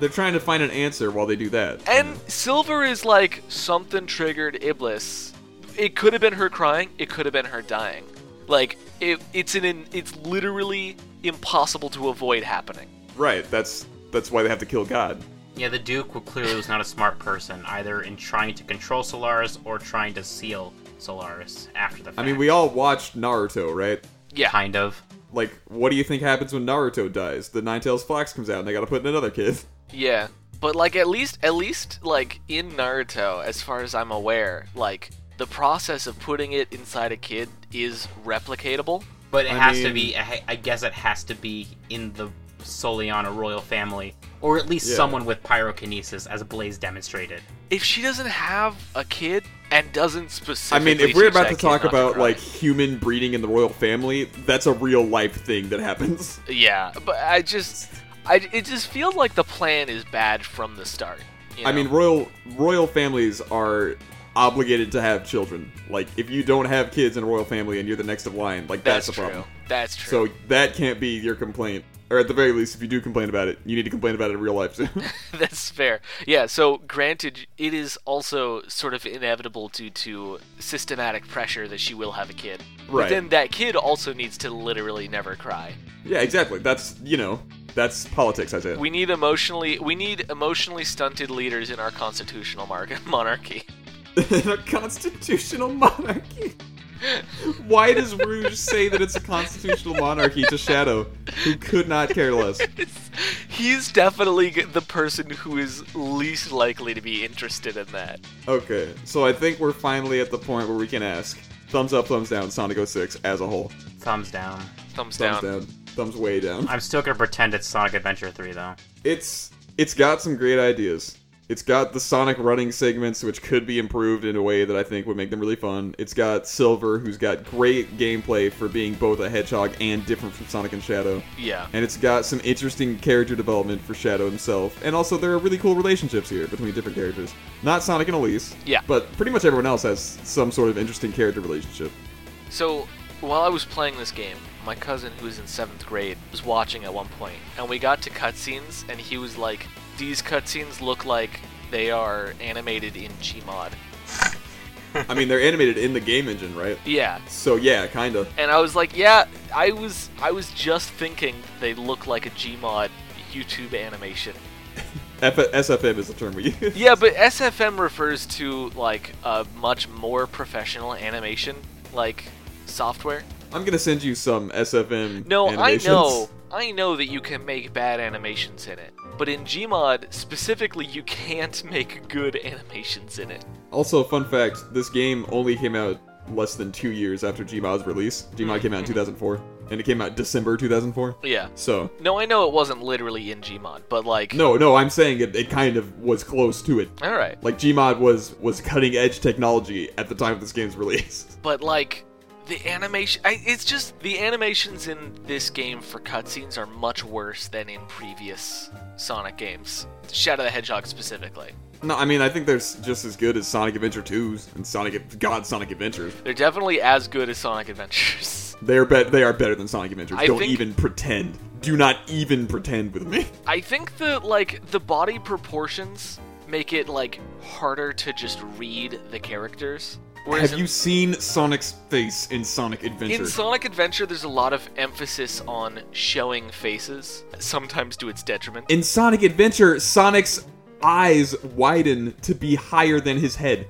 D: They're trying to find an answer while they do that.
B: and silver is like something triggered iblis it could have been her crying it could have been her dying like it, it's an in, it's literally impossible to avoid happening
D: Right, that's that's why they have to kill God.
A: Yeah, the Duke w- clearly was not a smart person, either in trying to control Solaris or trying to seal Solaris after the fact.
D: I mean, we all watched Naruto, right?
B: yeah
A: kind of.
D: Like, what do you think happens when Naruto dies? The Ninetales Fox comes out and they gotta put in another kid.
B: Yeah, but like at least at least like in Naruto, as far as I'm aware, like the process of putting it inside a kid is replicatable.
A: But it
C: I
A: has to
C: mean-
A: be. I I guess it has to be in the Soliana royal family, or at least
C: Yeah.
A: someone with pyrokinesis, as Blaze demonstrated.
B: If she doesn't have a kid and doesn't
C: I
B: specifically,
C: mean, if we're
B: teach
C: about
B: that
C: to
B: kid
C: talk
B: not
C: about
B: cry-
C: like human breeding in the royal family, that's a real life thing that happens.
B: yeah, but I just, I it just feels like the plan is bad from the start. you
C: I mean,
B: know?
C: royal royal families are obligated to have children. Like, if you don't have kids in a royal family and you're the next of line, like
B: that's,
C: that's, the
B: true.
C: problem.
B: That's true.
C: So that can't be your complaint. Or at the very least, if you do complain about it, you need to complain about it in real life. too.
B: That's fair. Yeah, so granted, it is also sort of inevitable due to systematic pressure that she will have a kid. But
C: Right.
B: then that kid also needs to literally never cry.
C: yeah, exactly. That's you know, that's politics, Isaiah.
B: We need emotionally we need emotionally stunted leaders in our constitutional mar- monarchy.
C: in a constitutional monarchy. Why does Rouge say that it's a constitutional monarchy to Shadow, who could not care less?
B: It's- He's definitely g- the person who is least likely to be interested in that.
C: Okay, so I think we're finally at the point where we can ask thumbs up, thumbs down, Sonic 06 as a whole.
A: Thumbs down.
B: Thumbs,
C: Thumbs
B: down.
C: down, thumbs way down.
A: I'm still gonna pretend it's Sonic Adventure 3 though.
C: It's it's got some great ideas. It's got the Sonic running segments, which could be improved in a way that I think would make them really fun. It's got Silver, who's got great gameplay for being both a hedgehog and different from Sonic and Shadow.
B: Yeah.
C: and it's got some interesting character development for Shadow himself. And also, there are really cool relationships here between different characters. Not Sonic and Elise,
B: Yeah.
C: but pretty much everyone else has some sort of interesting character relationship.
B: So, while I was playing this game, my cousin, who was in seventh grade, was watching at one point, and we got to cutscenes, and he was like, "These cutscenes look like they are animated in Gmod."
C: I mean, they're animated in the game engine, right?
B: Yeah,
C: So yeah, kinda.
B: and I was like, "Yeah, I was, I was just thinking that they look like a Gmod YouTube animation."
C: F- SFM is the term we use.
B: Yeah, but SFM refers to like a much more professional animation, like software.
C: I'm gonna send you some SFM.
B: No,
C: animations.
B: I know, I know that you can make bad animations in it, but in Gmod specifically, you can't make good animations in it.
C: Also, fun fact: this game only came out less than two years after Gmod's release. Gmod came out
B: Mm-hmm.
C: in 2004, and it came out December 2004.
B: Yeah.
C: So
B: No, I know it wasn't literally in Gmod, but like,
C: no, no, I'm saying it, it kind of was close to it.
B: all right,
C: Like Gmod was was cutting edge technology at the time of this game's release.
B: but like. The animation, I, it's just the animations in this game for cutscenes are much worse than in previous Sonic games. Shadow the Hedgehog specifically.
C: No, I mean I think they're s- just as good as Sonic Adventure 2s and Sonic Ad- God Sonic Adventures.
B: They're definitely as good as Sonic Adventures.
C: They're bet they are better than Sonic Adventures.
B: I
C: Don't
B: think-
C: even pretend. Do not even pretend with me.
B: I think the like the body proportions make it like harder to just read the characters. Whereas
C: Have
B: in,
C: you seen Sonic's face in Sonic Adventure?
B: in Sonic Adventure, there's a lot of emphasis on showing faces, sometimes to its detriment.
C: in Sonic Adventure, Sonic's eyes widen to be higher than his head.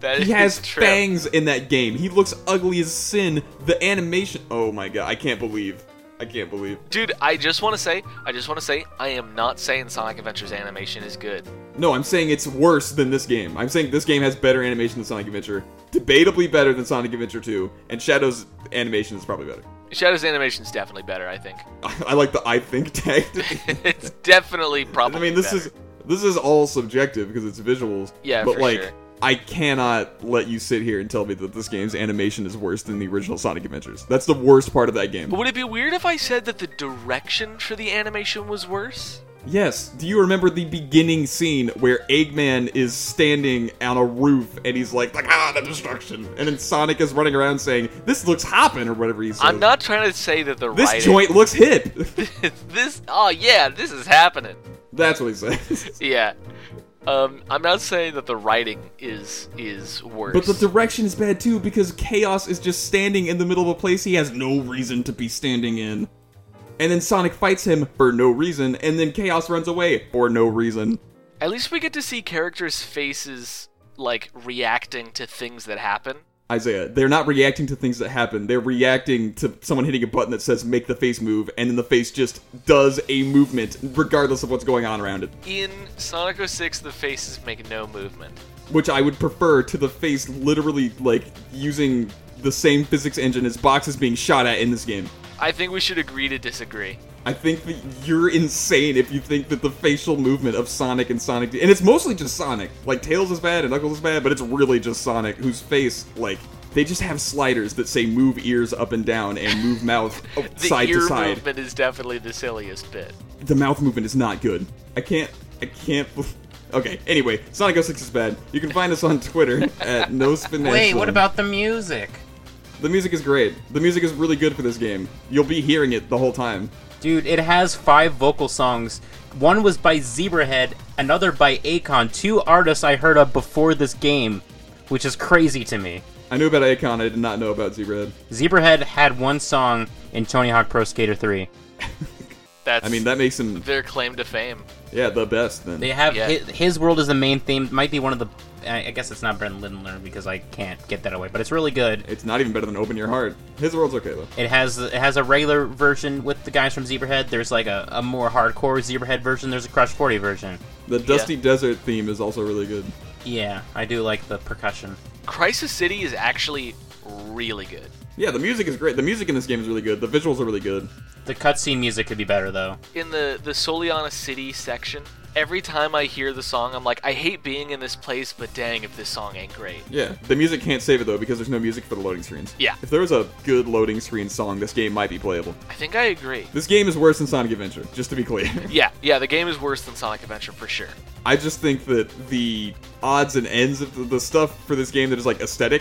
B: that
C: He has
B: is true.
C: fangs in that game. He looks ugly as sin. The animation. Oh my god, I can't believe. I can't believe.
B: Dude, I just want to say, I just want to say, I am not saying Sonic Adventure's animation is good.
C: No, I'm saying it's worse than this game. I'm saying this game has better animation than Sonic Adventure, debatably better than Sonic Adventure 2, and Shadow's animation is probably better.
B: Shadow's animation's definitely better, I think.
C: I, like the I think tag.
B: it's definitely probably.
C: I mean, this
B: better.
C: is this is all subjective because it's visuals.
B: Yeah,
C: but
B: for
C: like
B: sure.
C: I cannot let you sit here and tell me that this game's animation is worse than the original Sonic Adventures. That's the worst part of that game.
B: But would it be weird if I said that the direction for the animation was worse?
C: Yes. Do you remember the beginning scene where Eggman is standing on a roof and he's like, like ah, the destruction, and then Sonic is running around saying, "This looks hoppin'" or whatever he says.
B: I'm not trying to say that the
C: This
B: writing.
C: joint looks hip.
B: this. Oh yeah, this is happening.
C: That's what he says.
B: Yeah. Um, I'm not saying that the writing is is worse.
C: But the direction is bad too because Chaos is just standing in the middle of a place he has no reason to be standing in. And then Sonic fights him for no reason, and then Chaos runs away for no reason.
B: At least we get to see characters' faces like reacting to things that happen.
C: Isaiah, they're not reacting to things that happen. They're reacting to someone hitting a button that says make the face move, and then the face just does a movement regardless of what's going on around it.
B: In Sonic 06, the faces make no movement.
C: Which I would prefer to the face literally like using the same physics engine as boxes being shot at in this game.
B: I think we should agree to disagree.
C: I think that you're insane if you think that the facial movement of Sonic and Sonic, D- and it's mostly just Sonic. Like Tails is bad and Knuckles is bad, but it's really just Sonic whose face, like, they just have sliders that say move ears up and down and move mouth up-
B: The
C: side
B: ear
C: to side.
B: movement is definitely the silliest bit.
C: The mouth movement is not good. I can't. I can't. bef- Okay. Anyway, Sonic 06 is bad. You can find us on Twitter at no spin.
A: Wait, what about the music?
C: the music? Is great. The music is really good for this game. You'll be hearing it the whole time.
A: Dude, it has five vocal songs. One was by Zebrahead, another by Akon, two artists I heard of before this game, which is crazy to me.
C: I knew about Akon. I did not know about Zebrahead.
A: Zebrahead had one song in Tony Hawk Pro Skater 3.
B: That's
C: I mean, that makes him
B: their claim to fame.
C: yeah the best. Then
A: They have
B: Yeah.
A: hi his, world is the main theme. Might be one of the. I I guess it's not Brent Lindler because I can't get that away, but it's really good.
C: it's not even better than Open Your Heart. His world's okay though.
A: It has it has a regular version with the guys from Zebrahead. There's like a, a more hardcore Zebrahead version. There's a Crush 40 version.
C: The Dusty Desert theme is also really good.
A: Yeah, I do like the percussion.
B: Crisis City is actually really good.
C: Yeah, the music is great. The music in this game is really good. The visuals are really good.
A: The cutscene music could be better though.
B: in the the Soliana City section, every time I hear the song, I'm like, I hate being in this place, but dang, if this song ain't great.
C: Yeah, the music can't save it though because there's no music for the loading screens.
B: Yeah.
C: If there was a good loading screen song, this game might be playable.
B: I think I agree.
C: This game is worse than Sonic Adventure, just to be clear.
B: Yeah, yeah, the game is worse than Sonic Adventure for sure.
C: I just think that the odds and ends of the, the stuff for this game that is like aesthetic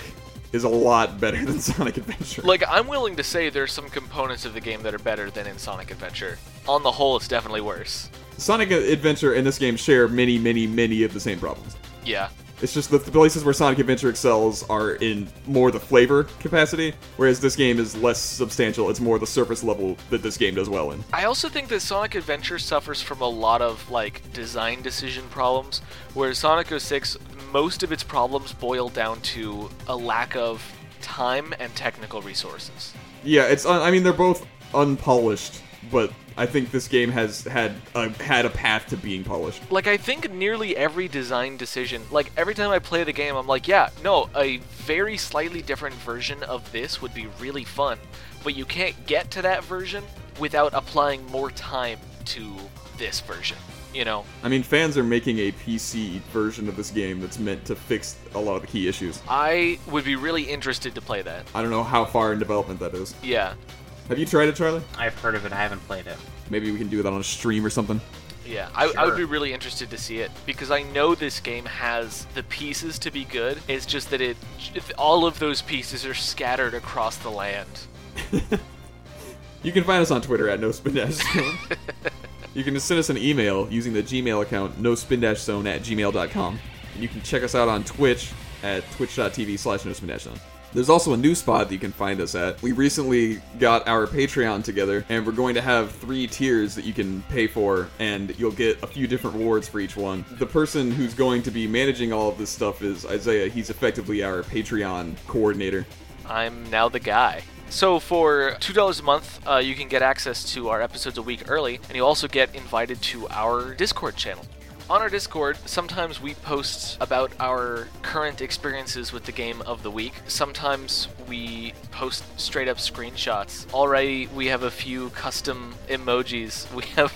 C: is a lot better than Sonic Adventure.
B: Like, I'm willing to say there's some components of the game that are better than in Sonic Adventure. On the whole, it's definitely worse.
C: Sonic Adventure and this game share many, many, many of the same problems.
B: Yeah.
C: It's just that the places where Sonic Adventure excels are in more the flavor capacity, whereas this game is less substantial. It's more the surface level that this game does well in.
B: I also think that Sonic Adventure suffers from a lot of like design decision problems, whereas Sonic 06, most of its problems boil down to a lack of time and technical resources.
C: Yeah, it's. Un- I mean, they're both unpolished, but I think this game has had a, had a path to being polished.
B: like I think nearly every design decision, like every time I play the game, I'm like, yeah, no, a very slightly different version of this would be really fun, but you can't get to that version without applying more time to this version. You know,
C: I mean, fans are making a PC version of this game that's meant to fix a lot of the key issues.
B: I would be really interested to play that.
C: I don't know how far in development that is.
B: Yeah,
C: Have you tried it, Charlie?
A: I've heard of it. I haven't played it.
C: Maybe we can do that on a stream or something.
B: yeah, I, I would
A: Sure.
B: be really interested to see it because I know this game has the pieces to be good. It's just that it, all of those pieces are scattered across the land.
C: You can find us on Twitter at nospin-zone. you can just send us an email using the Gmail account nospin-zone at gmail.com. And you can check us out on Twitch at twitch.tv slash nospin-zone. There's also a new spot that you can find us at. We recently got our Patreon together, and we're going to have three tiers that you can pay for, and you'll get a few different rewards for each one. The person who's going to be managing all of this stuff is Isaiah. He's effectively our Patreon coordinator.
B: I'm now the guy. So for two dollars a month, uh, you can get access to our episodes a week early, and you also get invited to our Discord channel. On our Discord, sometimes we post about our current experiences with the game of the week. Sometimes we post straight up screenshots. Already, we have a few custom emojis. We have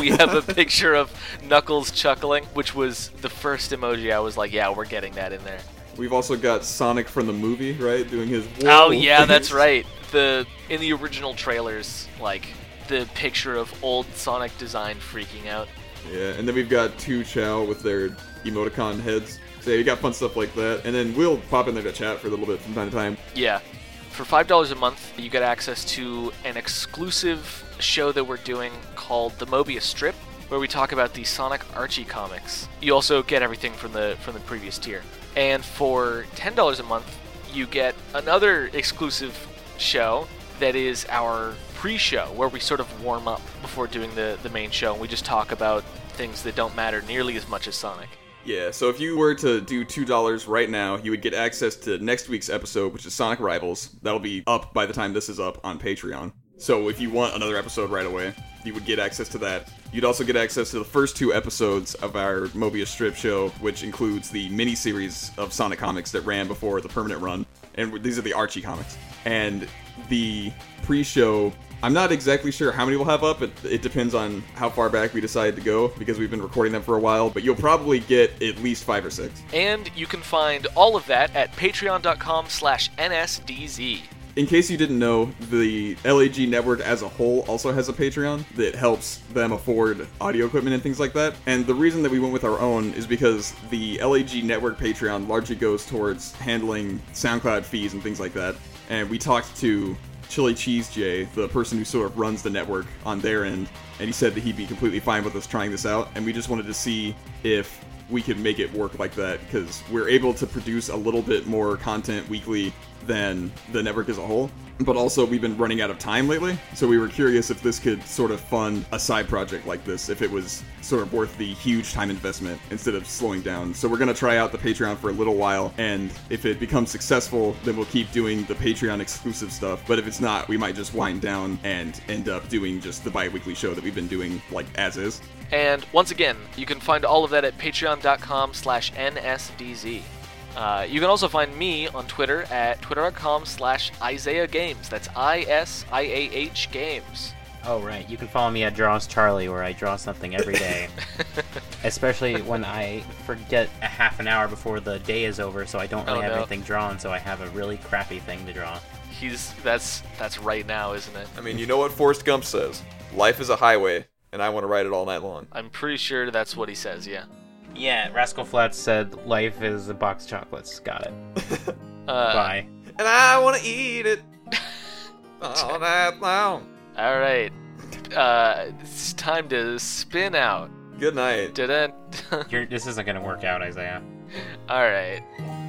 B: we have a picture of Knuckles chuckling, which was the first emoji. I was like, yeah, we're getting that in there.
C: We've also got Sonic from the movie, right? Doing his.
B: Oh
C: whoa
B: yeah, that's
C: face.
B: right. The in the original trailers, like the picture of old Sonic design freaking out.
C: Yeah, and then we've got two Chow with their emoticon heads. So yeah, you got fun stuff like that. And then we'll pop in there to chat for a little bit from time to time.
B: Yeah. For five dollars a month, you get access to an exclusive show that we're doing called the Mobius Strip, where we talk about the Sonic Archie comics. You also get everything from the from the previous tier. And for ten dollars a month, you get another exclusive show that is our pre-show where we sort of warm up before doing the the main show and we just talk about things that don't matter nearly as much as Sonic.
C: Yeah, so if you were to do $2 right now, you would get access to next week's episode, which is Sonic Rivals. That'll be up by the time this is up on Patreon. So if you want another episode right away, you would get access to that. You'd also get access to the first two episodes of our Mobius Strip show, which includes the miniseries of Sonic comics that ran before the permanent run. and these are the Archie comics. And the pre-show, I'm not exactly sure how many we'll have up. It, it depends on how far back we decide to go because we've been recording them for a while. But you'll probably get at least five or six.
B: And you can find all of that at patreon.com slash NSDZ.
C: In case you didn't know, the LAG network as a whole also has a Patreon that helps them afford audio equipment and things like that. And the reason that we went with our own is because the LAG network Patreon largely goes towards handling SoundCloud fees and things like that. And we talked to Chili Cheese J, the person who sort of runs the network on their end, and he said that he'd be completely fine with us trying this out. And we just wanted to see if we could make it work like that because we're able to produce a little bit more content weekly than the network as a whole. But also, we've been running out of time lately, so we were curious if this could sort of fund a side project like this, if it was sort of worth the huge time investment instead of slowing down. So we're gonna try out the Patreon for a little while, and if it becomes successful, then we'll keep doing the Patreon exclusive stuff. But if it's not, we might just wind down and end up doing just the bi weekly show that we've been doing, like as is.
B: And once again, you can find all of that at patreon.com slash NSDZ. Uh, you can also find me on Twitter at twitter.com slash Isaiah Games. That's I S I A H Games.
A: Oh right, you can follow me at Draws Charlie, where I draw something every day. Especially when I forget a half an hour before the day is over, so I don't really
B: Oh,
A: have
B: no.
A: anything drawn, so I have a really crappy thing to draw.
B: He's that's that's right now, isn't it?
E: I mean, you know what Forrest Gump says: "Life is a highway, and I want to ride it all night long."
B: I'm pretty sure that's what he says, yeah.
A: Yeah, Rascal Flatts said life is a box of chocolates. Got it.
B: Uh,
A: Bye.
E: And I want to eat it all night long.
B: All right. Uh, it's time to spin out.
E: Good night.
B: Didn't.
A: Uh, You're, this isn't gonna work out, Isaiah.
B: All right.